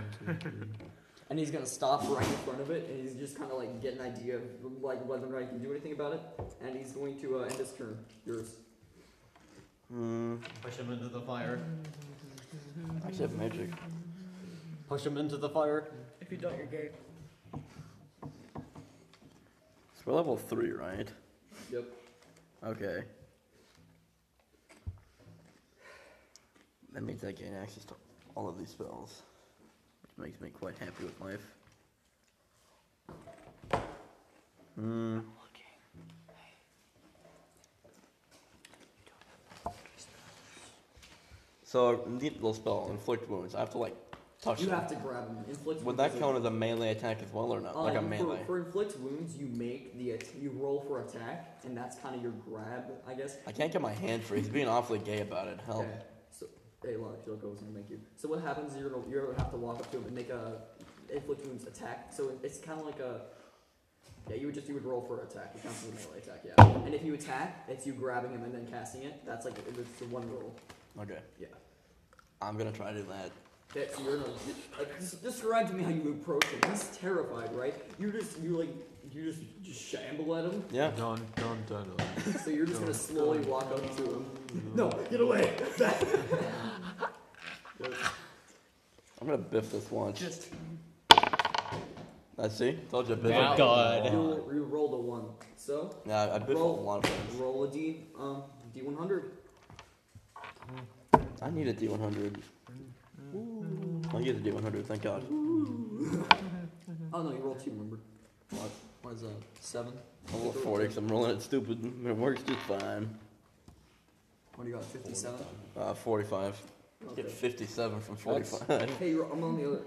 C: and he's gonna stop right in front of it, and he's just kind of like get an idea of like whether or not he can do anything about it, and he's going to uh, end his turn. Yours.
D: Hmm.
B: Push him into the fire.
D: I should have magic.
B: Push him into the fire.
F: If you don't, you're gay.
D: So we're level three, right?
C: Yep.
D: Okay. That means I gain access to all of these spells, which makes me quite happy with life. Hmm. So need little spell inflict wounds. I have to like touch
C: You
D: them.
C: have to grab him. Inflict
D: Would
C: wounds
D: that
C: is a-
D: count as a melee attack as well or not? like a
C: Um, for,
D: melee.
C: for inflict wounds, you make the at- you roll for attack, and that's kind of your grab, I guess.
D: I can't get my hand free. He's being awfully gay about it. Help.
C: Okay. So, hey, look, Joko was gonna make you. So what happens? is You're gonna, you're gonna have to walk up to him and make a inflict wounds attack. So it's kind of like a yeah. You would just you would roll for attack. It counts as a melee attack, yeah. And if you attack, it's you grabbing him and then casting it. That's like it's the one roll.
D: Okay.
C: Yeah.
D: I'm gonna try to do that.
C: That so you're gonna like, des- describe to me how you approach him. He's terrified, right? You just you like you just just shamble at him.
D: Yeah.
G: Dun, dun, dun, dun.
C: So you're just gonna slowly walk up to him. No, get away!
D: I'm gonna biff this one.
F: Just
D: I see. Told you I biff.
B: Now-
D: it.
B: God.
C: You, you rolled a one. So
D: Yeah, I biff
C: Roll.
D: a lot of things.
C: roll a d um d one hundred.
D: I need a D100. I get a D100. Thank God.
C: Oh no, you rolled two. Remember?
D: What?
C: What is that? Seven.
D: I'm a 40 because I'm rolling it stupid. and It works just fine.
C: What do you got? Fifty-seven.
D: Uh, 45. Get
C: Okay.
D: 57 from 45.
C: Hey, you're, I'm on the other.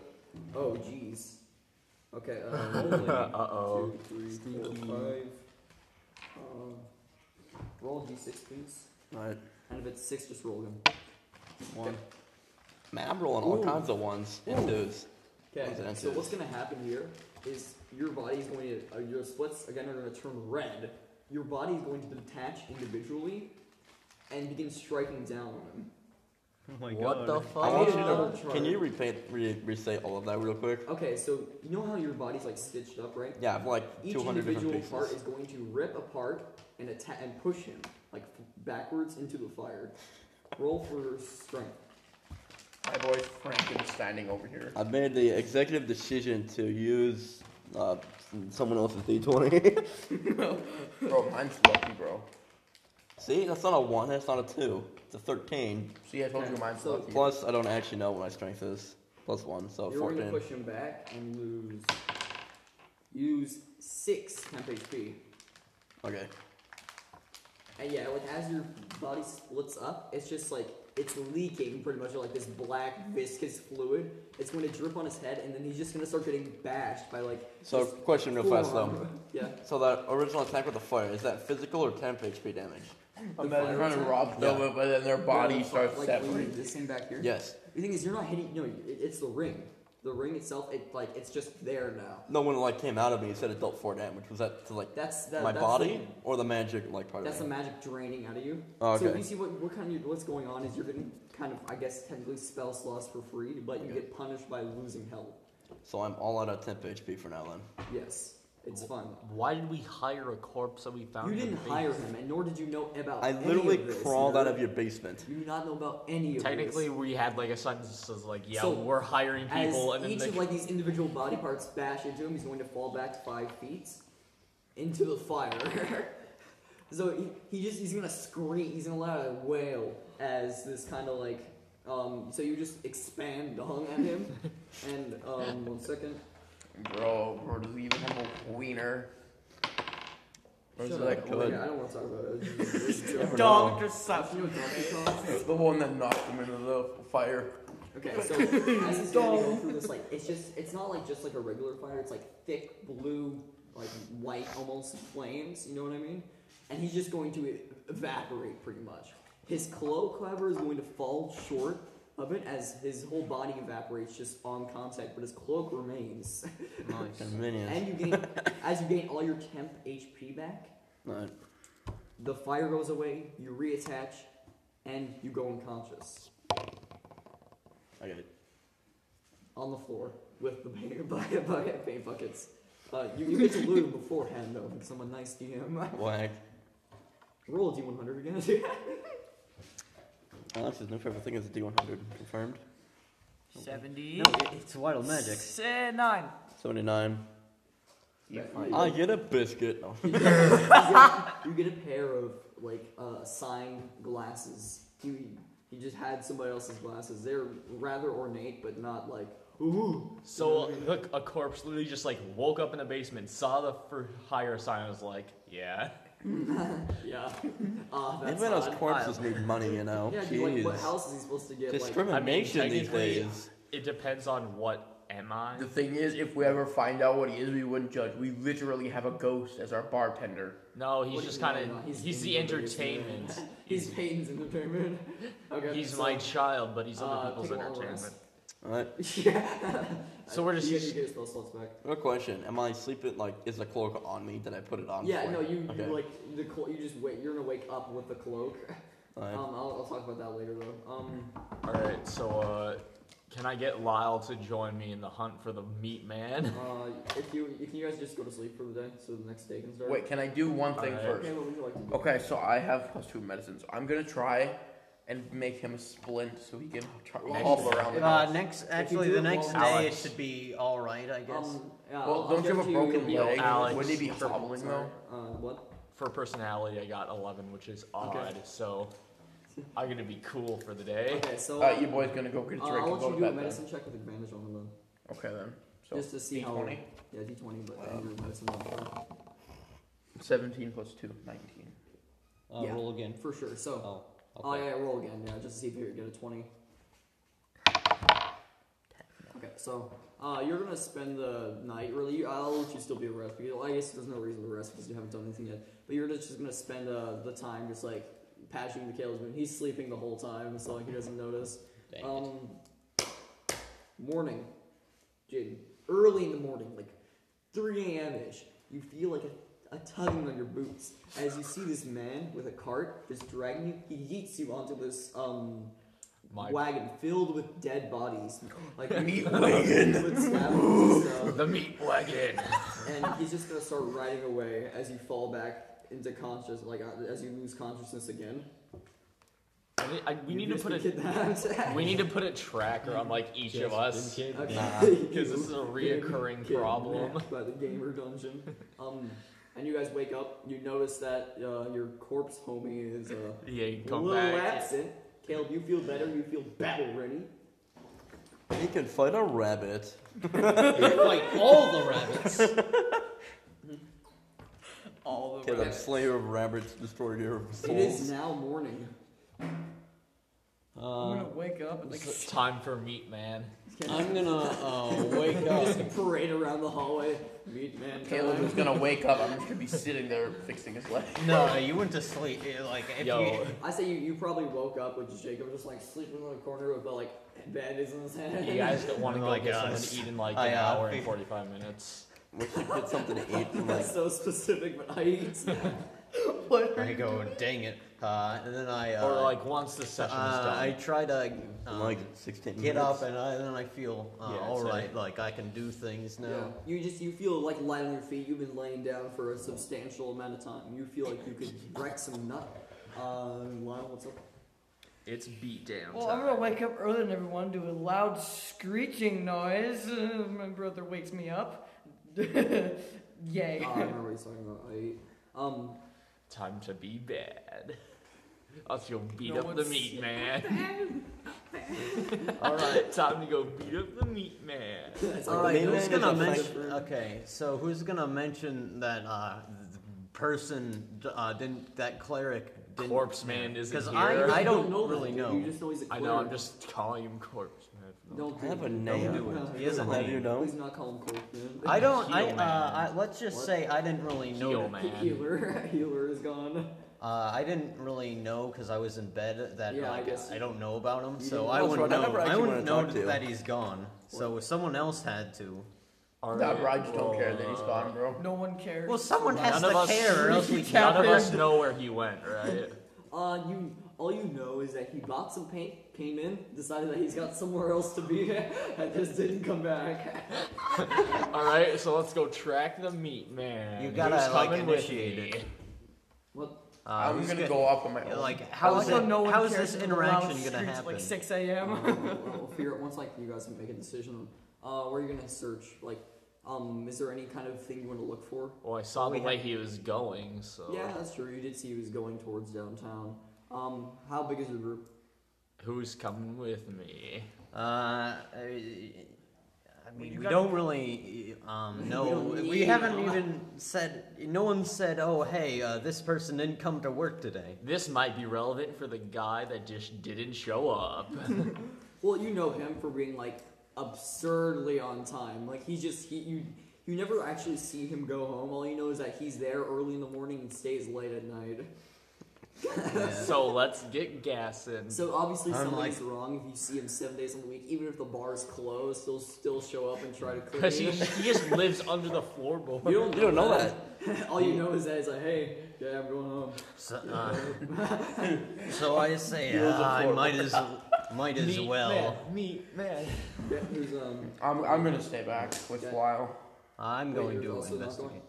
C: Oh jeez. Okay. Uh, roll
G: Uh-oh.
C: Two, three, four, five. Um, roll a d6, please.
D: Alright.
C: And if it's six, just roll again.
D: One. Man, I'm rolling all
C: Ooh.
D: kinds of ones and twos.
C: Okay,
D: Those answers.
C: so what's gonna happen here is your body's going to uh, your splits again are gonna turn red. Your body is going to detach individually and begin striking down on him.
B: Oh my
E: What the
B: god.
E: fuck?
D: I want you
C: Uh,
D: to. Can you repaint, re- restate all of that real quick?
C: Okay, so you know how your body's like stitched up, right?
D: Yeah, I have like
C: Each
D: 200 different
C: individual
D: pieces.
C: part is going to rip apart and attack and push him like f- backwards into the fire. Roll for strength.
A: My boy Frankensteining over here.
D: I made the executive decision to use uh, someone else's D20.
A: Bro, mine's lucky, bro.
D: See, that's not a 1, that's not a 2. It's a 13.
A: See, I told you mine's
C: So-
A: lucky.
D: Plus, I don't actually know what my strength is. Plus 1, so
C: You're going to
D: 14.
C: push him back and lose. Use six temp HP.
D: Okay.
C: And yeah, like as your body splits up, it's just like it's leaking pretty much like this black viscous fluid. It's going to drip on his head, and then he's just going to start getting bashed by like.
D: So,
C: his
D: question real fast though.
C: forearm. Yeah.
D: So, that original attack with the fire, is that physical or temp HP damage?
A: I'm trying to rob them,
D: Yeah.
A: but then their body
C: Yeah,
A: starts
C: like,
A: separating.
C: leaning This thing back here.
D: Yes.
C: The thing is, you're not hitting. No, it, it's the ring. The ring itself, it like it's just there now.
D: No one like came out of me and said it dealt 4 damage. Was that to like
C: That's that,
D: my
C: that's
D: body
C: the-
D: or the magic like part
C: That's the
D: of it?
C: magic draining out of you.
D: Oh,
C: So
D: okay.
C: you see what, what kind of what's going on is you're getting kind of I guess technically spell slots for free, but you
D: Okay.
C: get punished by losing health.
D: so, I'm all out of temp HP for now then.
C: Yes, it's fun.
E: Why did we hire a corpse that we found?
C: You
E: in the
C: didn't hire
E: basement?
C: him, and nor did you know about.
D: I
C: any
D: literally
C: of this,
D: crawled
C: nerd.
D: out of your basement.
C: You do not know about any of
E: Technically,
C: this.
E: we had like a sentence that says like, yeah,
C: So,
E: we're hiring
C: as
E: people, and then
C: each
E: they,
C: of like these individual body parts bash into him, he's going to fall back five feet into the fire. so he, he just he's gonna scream, he's gonna let out a wail as this kind of like. Um, so you just expand dong at him, and um, one second.
A: Bro, bro, does he even have a wiener? Or is
C: Shut
A: it like
C: up. Oh my God, I don't want to talk about it. It's just- it's just-
F: Doctor
C: You know
F: Sutton.
C: Donkey Kong?
A: the one that knocked him into the fire?
C: Okay, so as he's gonna go through this, like it's just it's not like just like a regular fire. It's like thick blue, like white almost flames. You know what I mean? And he's just going to evaporate pretty much. His cloak, however, is going to fall short of it as his whole body evaporates just on contact, but his cloak remains.
B: Nice.
D: Convenience.
C: And you gain, as you gain all your temp HP back,
D: Alright.
C: the fire goes away, you reattach, and you go unconscious
D: I got it.
C: on the floor with the paint, bucket, bucket, paint buckets. Uh, you, you get to loot 'em beforehand, though, because I'm a nice DM.
D: Whack.
C: Roll a D100 again.
D: Alex's new favorite thing is the D100. Confirmed.
F: 70.
B: No, it- it's wild magic.
F: Eh, nine.
D: 79.
A: Yeah,
D: I get a biscuit. No.
C: you, get, you get- you get a pair of, like, uh, signed glasses. He, he just had somebody else's glasses. They're rather ornate, but not like, ooh.
E: So look, a corpse literally just like woke up in the basement, saw the for hire sign, and was like, "Yeah,
C: Yeah. Uh, that's
D: Even those
C: odd.
D: corpses need money, you know.
C: Yeah, dude, like, what
D: Jeez.
C: else is he supposed to get? Like,
D: Discrimination
E: I mean,
D: these
E: technically-
D: days.
E: it depends on what am I."
A: The thing is, if we ever find out what he is, we wouldn't judge. We literally have a ghost as our bartender.
E: No,
C: What
E: he's
C: do
E: just
C: you mean,
E: kind
C: no?
E: of
C: He's in
E: he's, the
C: the biggest
E: entertainment.
C: he's
E: he's
C: Peyton's entertainment. okay.
E: he's
C: so,
E: my child, but he's
C: uh,
E: other people's
C: take a long
E: entertainment.
C: rest.
D: Alright.
C: yeah.
E: So we're just-
C: You, you get spell slots back.
D: Real question. Am I sleeping? Like, is the cloak on me? Did I put it on?
C: Yeah,
D: for
C: no,
D: it?
C: you,
D: Okay.
C: you like the clo- you just wait. You're gonna wake up with the cloak. Um,
D: Alright.
C: I'll, I'll talk about that later though. Um,
E: All right, so uh, can I get Lyle to join me in the hunt for the meat man?
C: uh, if you if you guys just go to sleep for the day, so the next day can start.
A: Wait, can I do one thing
E: Alright.
A: first?
C: Okay, what would you like to do?
A: Okay, so I have plus two medicines. I'm gonna try and make him a splint so he can try- hobble around the
B: Uh,
A: house.
B: next,
C: do
B: actually,
C: it
B: the next
C: while-
B: day it
E: Alex.
B: should be all right, I guess.
C: Um, yeah, I'll-
A: Well,
C: I'll
A: don't you
C: give
A: have a
C: it
A: broken
C: you'll-
A: leg?
E: Alex.
A: Wouldn't he be
C: Sorry,
A: hobbling
C: sorry.
A: though?
C: Uh, what?
E: For personality, I got eleven, which is odd.
C: Okay.
E: So I'm gonna be cool for the day.
C: Okay, so
A: Alright, your boy's gonna go get a
C: uh,
A: Eh. drink
C: I'll
A: and go to
C: let you do a
A: bed then.
C: medicine check with advantage on him then.
A: Okay then. So
C: just to see how.
A: D20.
C: Yeah, d20, but then your medicine modifier.
A: 17 plus 2, 19.
B: Uh,
C: yeah.
B: Roll again.
C: For sure. So,
B: Oh,
C: oh yeah, roll again. Yeah, just to see if you get a 20. Okay, so uh, you're gonna spend the night. Really, you- I'll let you still be at rest because well, I guess there's no reason to rest because you haven't done anything yet. But you're just gonna spend uh, the time just like patching the Caleb's wound. He's sleeping the whole time, so like he doesn't notice.
B: Dang it.
C: Um, morning, Jaden. Early in the morning, like 3 a.m. ish, you feel like a, a tugging on your boots as you see this man with a cart just dragging you. He yeets you onto this um
E: My-
C: wagon filled with dead bodies, like
A: Meat
C: wagon with scavengers and stuff.
E: The meat wagon.
C: And he's just gonna start riding away as you fall back into conscious, like uh, as you lose consciousness again.
E: I need- I- we
C: You've
E: need to
C: just
E: put
C: been
E: a
C: kidnapped.
E: we need to put a tracker on like each of us.
C: Okay.
E: Because this is a reoccurring
C: Getting
E: problem.
C: kidnapped By the gamer dungeon. Um, and you guys wake up. You notice that uh, your corpse homie is uh,
E: Yeah, you
C: a
E: come
C: little
E: back.
C: absent. Caleb, you feel better. You feel battle ready. uh,
D: He can fight a rabbit.
B: Like all the rabbits.
F: All the
D: Caleb,
F: way.
D: slayer of rabbits, destroyer of
C: It is
D: souls.
C: now morning.
F: I'm
B: Uh,
F: gonna wake up and like.
E: It's time for meat man.
B: I'm gonna uh,
C: oh.
B: wake
C: You
B: up.
C: just parade around the hallway. Meat man.
A: Caleb
C: time.
A: is gonna wake up. I'm just gonna be sitting there fixing his leg.
B: No, no, you went to sleep. eh, Like if
E: Yo,
B: you,
C: I say you, you probably woke up with Jacob just like sleeping in the corner with the like bandages in his hand.
E: you guys don't want to go
B: Like
E: get someone
B: us.
E: to eat in like
B: Oh I,
E: an
B: uh,
E: hour and
B: think-
E: 45 minutes.
D: We should get something to eat from like
C: That's so specific, but I eat.
B: I go, dang it. Uh, and then I, uh,
E: Or like once the session is
B: uh, I
E: done.
B: try to um,
D: like 16
B: get
D: minutes.
B: up, and, I, then I feel uh,
E: Yeah,
B: all
E: so-
B: right. Like I can do things now.
C: Yeah. You just you feel like light on your feet. You've been laying down for a substantial amount of time. You feel like you could wreck some nut. Uh, Lionel, what's up?
E: It's beat down.
F: Well, I'm gonna wake up earlier than everyone, do a loud screeching noise. Uh, my brother wakes me up. Yay.
C: Uh, I remember what he's talking about. I ate. Um,
E: Time to be bad. Us, you'll beat
F: No
E: up the
F: one's-
E: meat man. Alright, time to go beat up the meat man.
C: it's
B: All
C: like
B: right,
C: the
B: who's
C: middle of
B: gonna
C: the night.
B: mention? Okay, so who's gonna mention that uh, the person d- uh, didn't that cleric didn't,
E: Corpse man isn't
B: Because
E: here.
B: I, I
C: You
B: don't
C: know
B: really
C: that, dude. You
B: know.
C: just know he's a
E: I know, I'm
C: cleric.
E: just calling him corpse man.
C: Don't
D: I have a
C: do it.
D: name.
C: Don't do it.
B: He has a
D: How do you
B: name.
D: know?
C: Please not call him Corp, man.
B: I don't. I,
E: Heal man.
B: uh, I let's just
C: What?
B: say I didn't really know.
E: Heal
B: that-
E: man.
C: Healer, healer is gone.
B: Uh, I didn't really know because I was in bed that
C: Yeah, I
B: night.
C: guess
B: I don't know about him,
C: didn't-
B: so I
D: That's
B: wouldn't
D: right, I
B: know.
D: never
B: I,
D: actually
B: wouldn't know
D: wanted to talk to
B: that
D: you.
B: he's gone. So someone else had to.
A: Nah, bro, I just don't care that he's gone, bro.
F: No one cares.
B: Well, someone has
E: None of
B: to
E: us-
B: care, or else we can't.
E: None of us know where he went, right?
C: Uh, you all you know is that he got some paint, came in, decided that he's got somewhere else to be, and just didn't come back.
E: All right, so let's go track the meat man.
B: You gotta,
E: Who's
B: like,
E: coming with
B: initiate
E: me?
B: it.
C: What?
B: Uh,
A: I'm
B: who's
A: gonna
B: get-
A: go off on my own.
B: Like,
F: I
B: how
F: like
B: is
F: how
B: it?
F: no one
B: how is
F: cares
B: this
F: in the loud
B: interaction gonna
F: streets,
B: happen? Mm-hmm.
F: Like 6 a.m.
C: we'll, we'll figure it once like you guys make a decision. Uh, where you gonna search? Like, um, is there any kind of thing you want to look for?
E: Well, I saw the way he was going, so
C: Yeah, that's true. You did see he was going towards downtown. Um, how big is your group?
E: who's coming with me?
B: Uh, I I mean,
F: you
B: we
F: got-
B: don't really um, know.
C: don't
B: We
C: need
B: haven't
C: them.
B: even said. No one said, "Oh, hey, uh, this person didn't come to work today."
E: This might be relevant for the guy that just didn't show up.
C: Well, you know him for being like absurdly on time. Like he just he you you never actually see him go home. All you know is that he's there early in the morning and stays late at night.
E: so let's get gassing.
C: So obviously
B: I'm
C: something's wrong if you see him seven days in the week, even if the bar is closed, he'll still show up and try to clean.
E: Because he, he just lives under the floorboard.
C: You don't,
D: You don't know
C: All you know is that he's like, hey, yeah, I'm going home.
B: So, uh, so I say,
A: He was
B: uh, I
A: affordable.
B: might as might as well.
E: Meat man.
C: Yeah, there's, um,
A: I'm, I'm gonna stay back with
C: Okay.
A: Lyle.
B: I'm
C: wait,
B: going
C: you're
B: to
C: also not
B: investigate.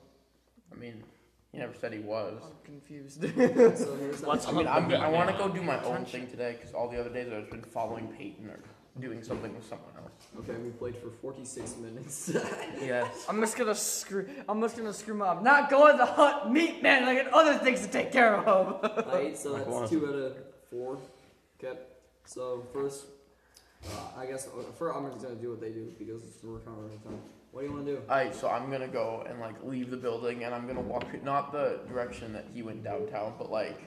A: I mean, he never said he was.
F: I'm confused.
C: going? So um, here's that.
E: Let's
A: I mean,
E: hunt
A: I'm,
E: the meat
A: I want to
E: man.
A: go do my own thing today because all the other days I've been following Peyton or doing something with someone else.
C: Okay, we played for 46 minutes.
A: Yes.
F: I'm just gonna screw. I'm just gonna screw mom. Not going to hunt meat man. I got other things to take care of.
C: Alright, so
D: Like one.
C: that's two out of four. Okay. So first, uh, I guess uh, first I'm just gonna do what they do because we're kind of running out of time. What do you want to do?
A: All right, so I'm gonna go and like leave the building, and I'm gonna walk not the direction that he went downtown, but like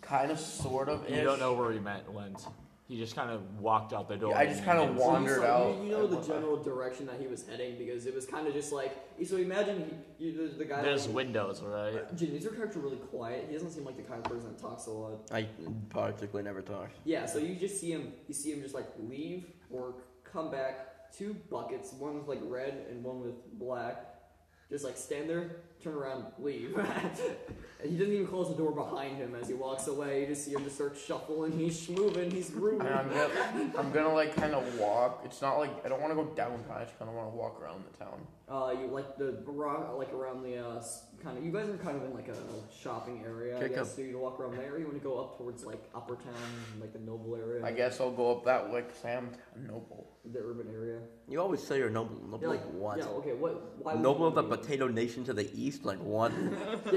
A: kind of, sort of.
E: You don't know where he meant went. He just kind of walked out the door.
A: Yeah, I just kinda
E: and-
C: So you
A: wandered
C: saw- you-
A: out
C: You,
A: and
C: know the
A: went back.
C: general direction that he was heading because it was kind of just like so. Imagine he, you, the, the guy.
E: There's
C: like,
E: windows, right?
C: Jin, is your character really quiet? He doesn't seem like the kind of person that talks a lot.
D: I practically never talk.
C: Yeah, so you just see him. You see him just like leave, work, come back. Two buckets, one with like red and one with black. Just like stand there, turn around, leave. and he doesn't even close the door behind him as he walks away. You just see him just start shuffling. He's moving. He's grooving.
A: And I'm gonna, I'm gonna like kind of walk. It's not like I don't want to go downtown. I just kind of want to walk around the town.
C: Uh, you like the ra- like around the uh, kind of. You guys are kind of in like a shopping area. I
A: Kick
C: guess
A: up.
C: so you walk around there. You want to go up towards like Upper Town, like the Noble area,
A: I guess I'll go up that way because I am noble.
C: the urban area.
D: You always say you're noble. Noble
C: Yeah, like
D: like what?
C: Yeah. Okay. What? Why? would
D: Noble
C: you
D: of the
C: be-
D: potato nation to the east, like what?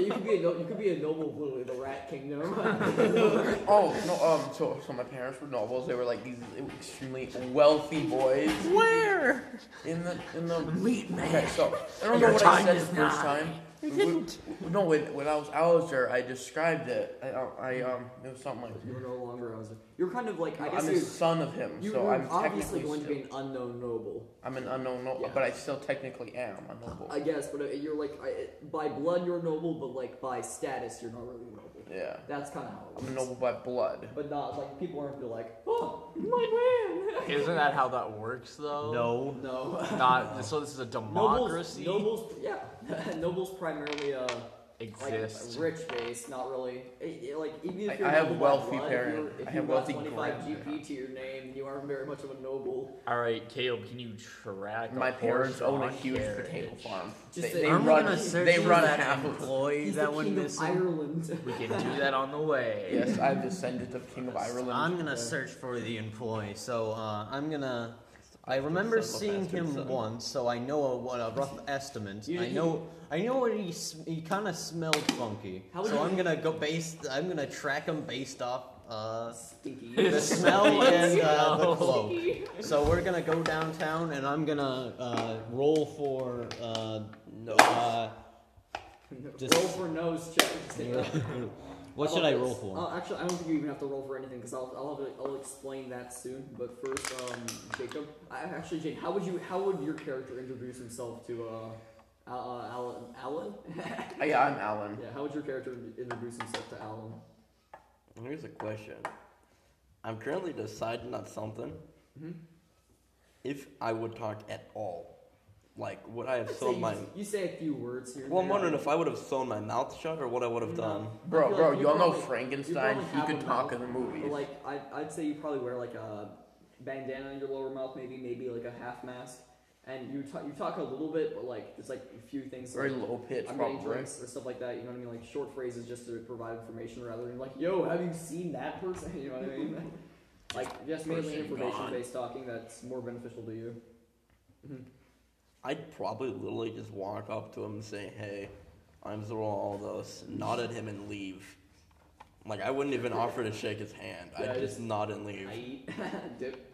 C: Yeah, you could be a no- you could be a noble of literally the Rat Kingdom.
A: Oh no! Um, so so my parents were nobles. They were like these extremely wealthy boys.
B: Where?
A: In the in the meat man. Okay, so I don't know what I said the first time. You didn't. no, when, when I was out there, I described it. I, I um, it was something like
C: You're no longer. I was. You're kind of like. I guess
A: I'm
C: you're,
A: a son of him,
C: you
A: so
C: were
A: I'm
C: obviously
A: technically
C: going to
A: still,
C: be an unknown noble.
A: I'm an unknown, no-
C: Yeah.
A: but I still technically am a noble.
C: I guess, but uh, you're like I, it- by blood you're noble, but like by status you're not really noble.
A: yeah,
C: That's kind of how it
A: I'm a
C: works.
A: noble by blood.
C: But not like people aren't really like, oh, my man.
E: Isn't that how that works, though?
B: No.
C: no.
E: Not so. This is a
C: Nobles,
E: democracy.
C: nobles, yeah, nobles primarily uh, like
E: Exist.
C: rich base, not really. eh, eh, Like even
A: I-
C: if you're
A: I have
C: noble by
A: wealthy
C: blood,
A: parent-
C: If, you're- if
A: I
C: you
A: have
C: got
A: wealthy
C: 25
A: grandparent.
C: GP to your name, then you aren't very much of a noble.
E: All right, Caleb, can you track? a
A: My parents own a
E: horse-drawn
A: huge
E: carriage?
A: potato farm.
C: Just
A: they,
C: say-
A: they
B: I'm
A: run.
B: gonna search
A: They
B: for
A: run
B: that
A: half of.
B: employee
C: He's
B: that
C: the
B: went
C: king of
B: missing.
C: Ireland.
E: We can do that on the way.
A: Yes, I'm descendant of King of Ireland.
B: I'm gonna search for the employee. So uh, I'm gonna. I remember
D: son of a
B: seeing
D: bastard
B: him
D: son.
B: once, so I know a, what a rough estimate.
C: You-
B: I know. I know what he sm- he kind of smelled funky.
C: How would
B: so
C: you-
B: I'm gonna go based. I'm gonna track him based off uh,
C: Stinky.
B: the smell and uh, the
E: smell.
B: cloak. So we're gonna go downtown, and I'm gonna uh, roll for uh,
D: No.
B: uh, Just-
C: roll for nose check.
B: what
C: How
B: should
C: about
B: I roll
C: this?
B: for?
C: Uh, actually, I don't think you even have to roll for anything because I'll, I'll, have to- I'll explain that soon. But first, um, Jacob, I, actually, Jane, how would you how would your character introduce himself to uh, Al- uh, Alan. Alan?
A: Uh, yeah, I'm Alan.
C: yeah, how would your character introduce himself to Alan?
D: And here's a question. I'm currently deciding on something. Mm-hmm. If I would talk at all, like would I have
C: I'd say
D: sewn
C: you,
D: my?
C: you say a few words here. and
D: Well, I'm
C: there.
D: wondering if I would have sewn my mouth shut or what I would have
C: No.
D: done.
C: I
A: Bro,
C: feel
A: bro,
C: like you
A: y'all know
C: probably- you
A: Frankenstein?
C: probably
A: He
C: have
A: could
C: a
A: talk in
C: mouth.
A: the movies.
C: But, like I, I'd say you probably wear like a bandana in your lower mouth, maybe maybe like a half mask, and you talk you talk a little bit, but like there's like a few things.
A: Very
C: like,
A: low pitch,
C: I'm getting
A: probably.
C: drinks or stuff like that. You know what I mean? Like short phrases just to provide information rather than like, "Yo, have you seen that person?" You know what I mean? like just mainly
A: Person
C: information
A: gone.
C: based talking that's more beneficial to you.
D: I'd probably literally just walk up to him and say, "Hey, I'm Zoro Aldous," nod at him and leave. Like I wouldn't even offer to shake his hand.
C: Yeah, I
D: I'd just,
C: just-
D: nod and leave.
C: I eat dip.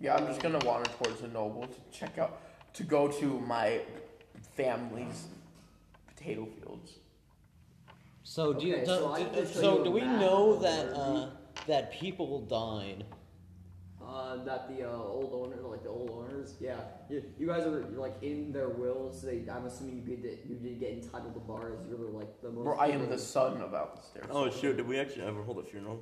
A: Yeah, I'm just gonna wander towards the noble to check out, to go to my family's potato fields.
B: So do you,
C: Okay,
B: do,
C: so I
B: do-
C: can show
B: so
C: you
B: do
C: a
B: we
C: map
B: know
C: of
B: that
C: where
B: uh, that people died?
C: Uh, that the uh, old owner, like the old owners, yeah. You, you guys are like in their wills. They, I'm assuming you did you did get entitled to bars. You're like the most.
A: Bro, I am the son of Alistair.
D: Oh shoot! Did we actually ever hold a funeral?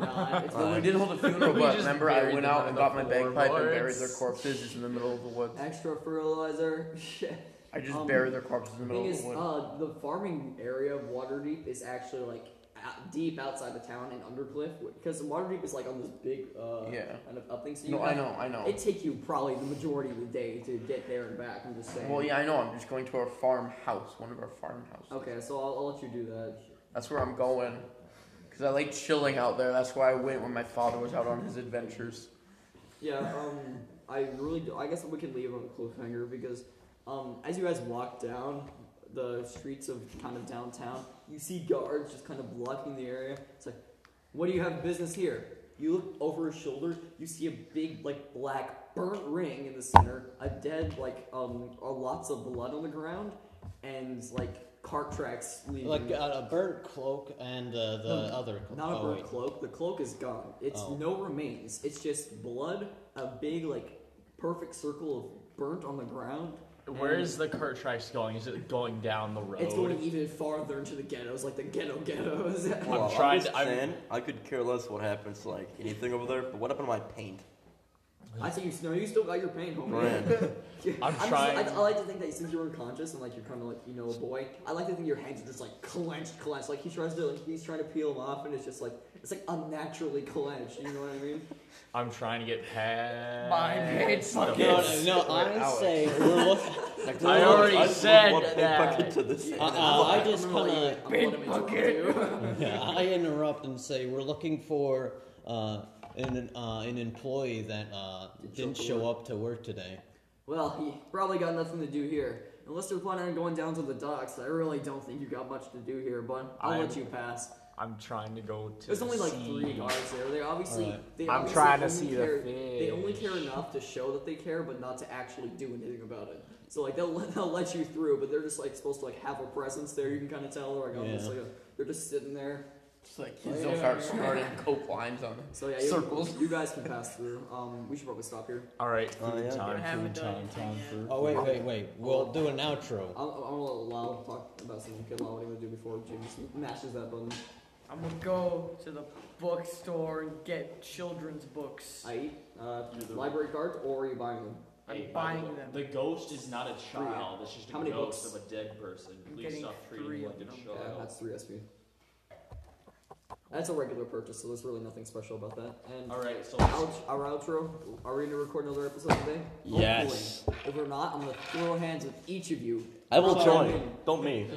C: not. It's
A: Well,
C: an
A: we did hold a funeral,
E: We
A: but
E: just
A: remember I
E: buried
A: went
E: them
A: out
E: on
A: and
E: the
A: got my
E: floor,
A: bagpipe and buried
E: Lawrence.
A: their corpses just in the middle of the woods.
C: extra fertilizer. Shit.
A: I just
C: Um,
A: buried their corpses in the
C: Thing
A: middle of
C: is,
A: the woods.
C: uh, the farming area of Waterdeep is actually like out, deep outside the town in Undercliff because Waterdeep is like on this big uh
A: Yeah.
C: kind of up thing. So you
A: No, I
C: have-
A: know, I know.
C: It take you probably the majority of the day to get there and back. I'm just saying.
A: Well, yeah, I know. I'm just going to our farmhouse, one of our farmhouses.
C: Okay, so I'll, I'll let you do that.
A: That's where I'm going. Because I like chilling out there. That's why I went when my father was out on his adventures.
C: Yeah, um, I really do. I guess we can leave on a cliffhanger because, um, as you guys walk down the streets of kind of downtown, you see guards just kind of blocking the area. It's like, what do you have business here? You look over his shoulder, you see a big, like, black burnt ring in the center, a dead, like, um, uh, lots of blood on the ground, and, like, cart tracks leading.
B: Like uh, a burnt cloak and uh, the
C: Hmm.
B: other cloak.
C: Not a
B: oh,
C: burnt
B: wait.
C: cloak. The cloak is gone. It's
B: Oh.
C: no remains. It's just blood, a big like perfect circle of burnt on the ground.
E: Where is the cart tracks going? Is it going down the road?
B: Oh,
C: It's going even farther into the ghettos, like the ghetto ghettos.
D: Well, I'm
E: trying
D: just
E: to- I'm-
D: saying, I could care less what happens to like anything over there. But what happened to my paint?
C: I think you know you still got your pain, homie.
D: Brand.
C: Yeah,
E: I'm
C: just-
E: trying.
C: I, I like to think that since you're unconscious and like you're kind of like you know a boy, I like to think your hands are just like clenched, clenched. Like he tries to like he's trying to peel them off, and it's just like it's like unnaturally clenched. You know what I mean?
E: I'm trying to get past.
F: Mine hates
E: the
F: fucking-
B: No,
E: bus.
B: no, no I
A: Alex.
B: say we're looking.
D: Like,
E: I
D: look,
E: already
D: just
E: said
D: want one paint
E: that. Uh-uh.
D: bucket to this
B: Uh, uh, I just kind
C: of big
B: of I interrupt and say we're looking for uh, an uh, an employee that uh, didn't
C: show up to
B: show up to work today.
C: Well, he probably got nothing to do here. Unless they're planning on going down to the docks, I really don't think you got much to do here, but I'll
E: I'm-
C: let you pass.
E: I'm trying to go to.
C: There's
E: the
C: only like
E: sea.
C: three guards there. They obviously
B: Alright.
C: they
E: I'm
C: obviously
E: trying to
C: only
E: see the
C: care, They only
E: fish.
C: care enough to show that they care, but not to actually do anything about it. So like they'll they'll let you through, but they're just like supposed to like have a presence there. You can kind of tell they're like oh, it's
B: Yeah.
C: like a, they're just sitting there.
A: Just like kids don't start snorting coke lines on them.
C: So yeah, you,
A: Circles.
C: you guys can pass through. Um, we should probably stop here.
E: All right,
D: Oh,
E: food
D: yeah.
F: I
E: time,
F: haven't
E: food
F: done
E: time, time,
F: anything
E: food.
B: Oh wait, wait, wait. We'll do an outro.
C: I'll, I'll let Lyle talk about something. Okay, Lyle, what do you want to do before James mashes that button?
F: I'm gonna go to the bookstore and get children's books.
C: I eat uh, library cards, or are you buying them?
F: I'm
H: Hey, by the
F: buying
H: way,
F: them.
H: The ghost is not a child. It's just a
C: How many
H: ghost
C: books?
H: of a dead person.
F: I'm
H: Please
F: getting
H: stop
F: three
H: treating him
F: of
H: like a
F: them.
E: Oh,
H: child.
C: Yeah, Oh, that's three SP. That's a regular purchase, so there's really nothing special about that. And
H: All right, so
C: ouch, our outro. Are we gonna record another episode today? Hopefully.
D: Yes.
C: If we're not, I'm gonna throw hands with each of you.
D: I will
C: Probably.
D: join. Don't me.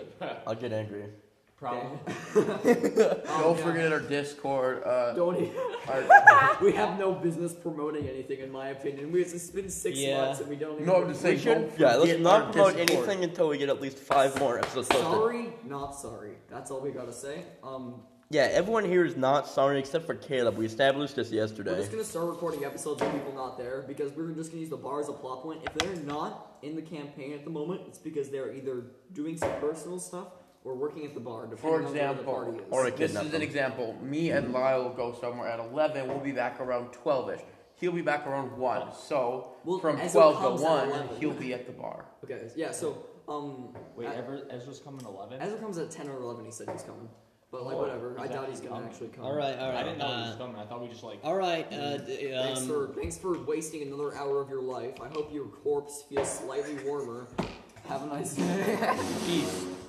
D: I'll get angry.
H: probably
C: Oh,
A: Don't forget our Discord. Uh,
C: Don't. e-
A: our,
C: we have no business promoting anything, in my opinion. We it's been six
B: Yeah.
C: months and we don't. Even
A: no, I'm just saying. Don't
D: Yeah, let's
A: forget our
D: not promote
A: Discord.
D: anything until we get at least five more episodes posted.
C: Sorry, not sorry. That's all we gotta say. Um,
D: Yeah, everyone here is not sorry except for Caleb. We established this
C: We're
D: yesterday.
C: just gonna start recording episodes of people not there because we're just gonna use the bar as a plot point. If they're not in the campaign at the moment, it's because they're either doing some personal stuff or working at the bar. depending
A: For
C: on where the party
A: example,
C: is.
A: or
D: Or
A: this
D: kidnap
A: is an
D: them.
A: example. Me and Lyle will go somewhere at 11. We'll be back around 12ish. He'll be back around one. So
C: Well,
A: from
C: Ezra
A: twelve
C: comes
A: to
C: at
A: one,
C: 11.
A: he'll be at the bar.
C: Okay, yeah, so, um.
H: Wait,
C: I-
H: Ever, Ezra's coming 11?
C: Ezra comes at 10 or 11, he said he's coming. But, like,
H: Oh,
C: whatever. I
H: he's
C: doubt
H: actually
C: he's gonna
H: coming.
C: actually come.
B: All right, all right.
H: I didn't know he was
B: uh,
H: coming. I thought we just, like,
B: all right. Uh, d-
C: Thanks, for,
B: um,
C: thanks for wasting another hour of your life. I hope your corpse feels slightly warmer. Have a nice day.
B: peace.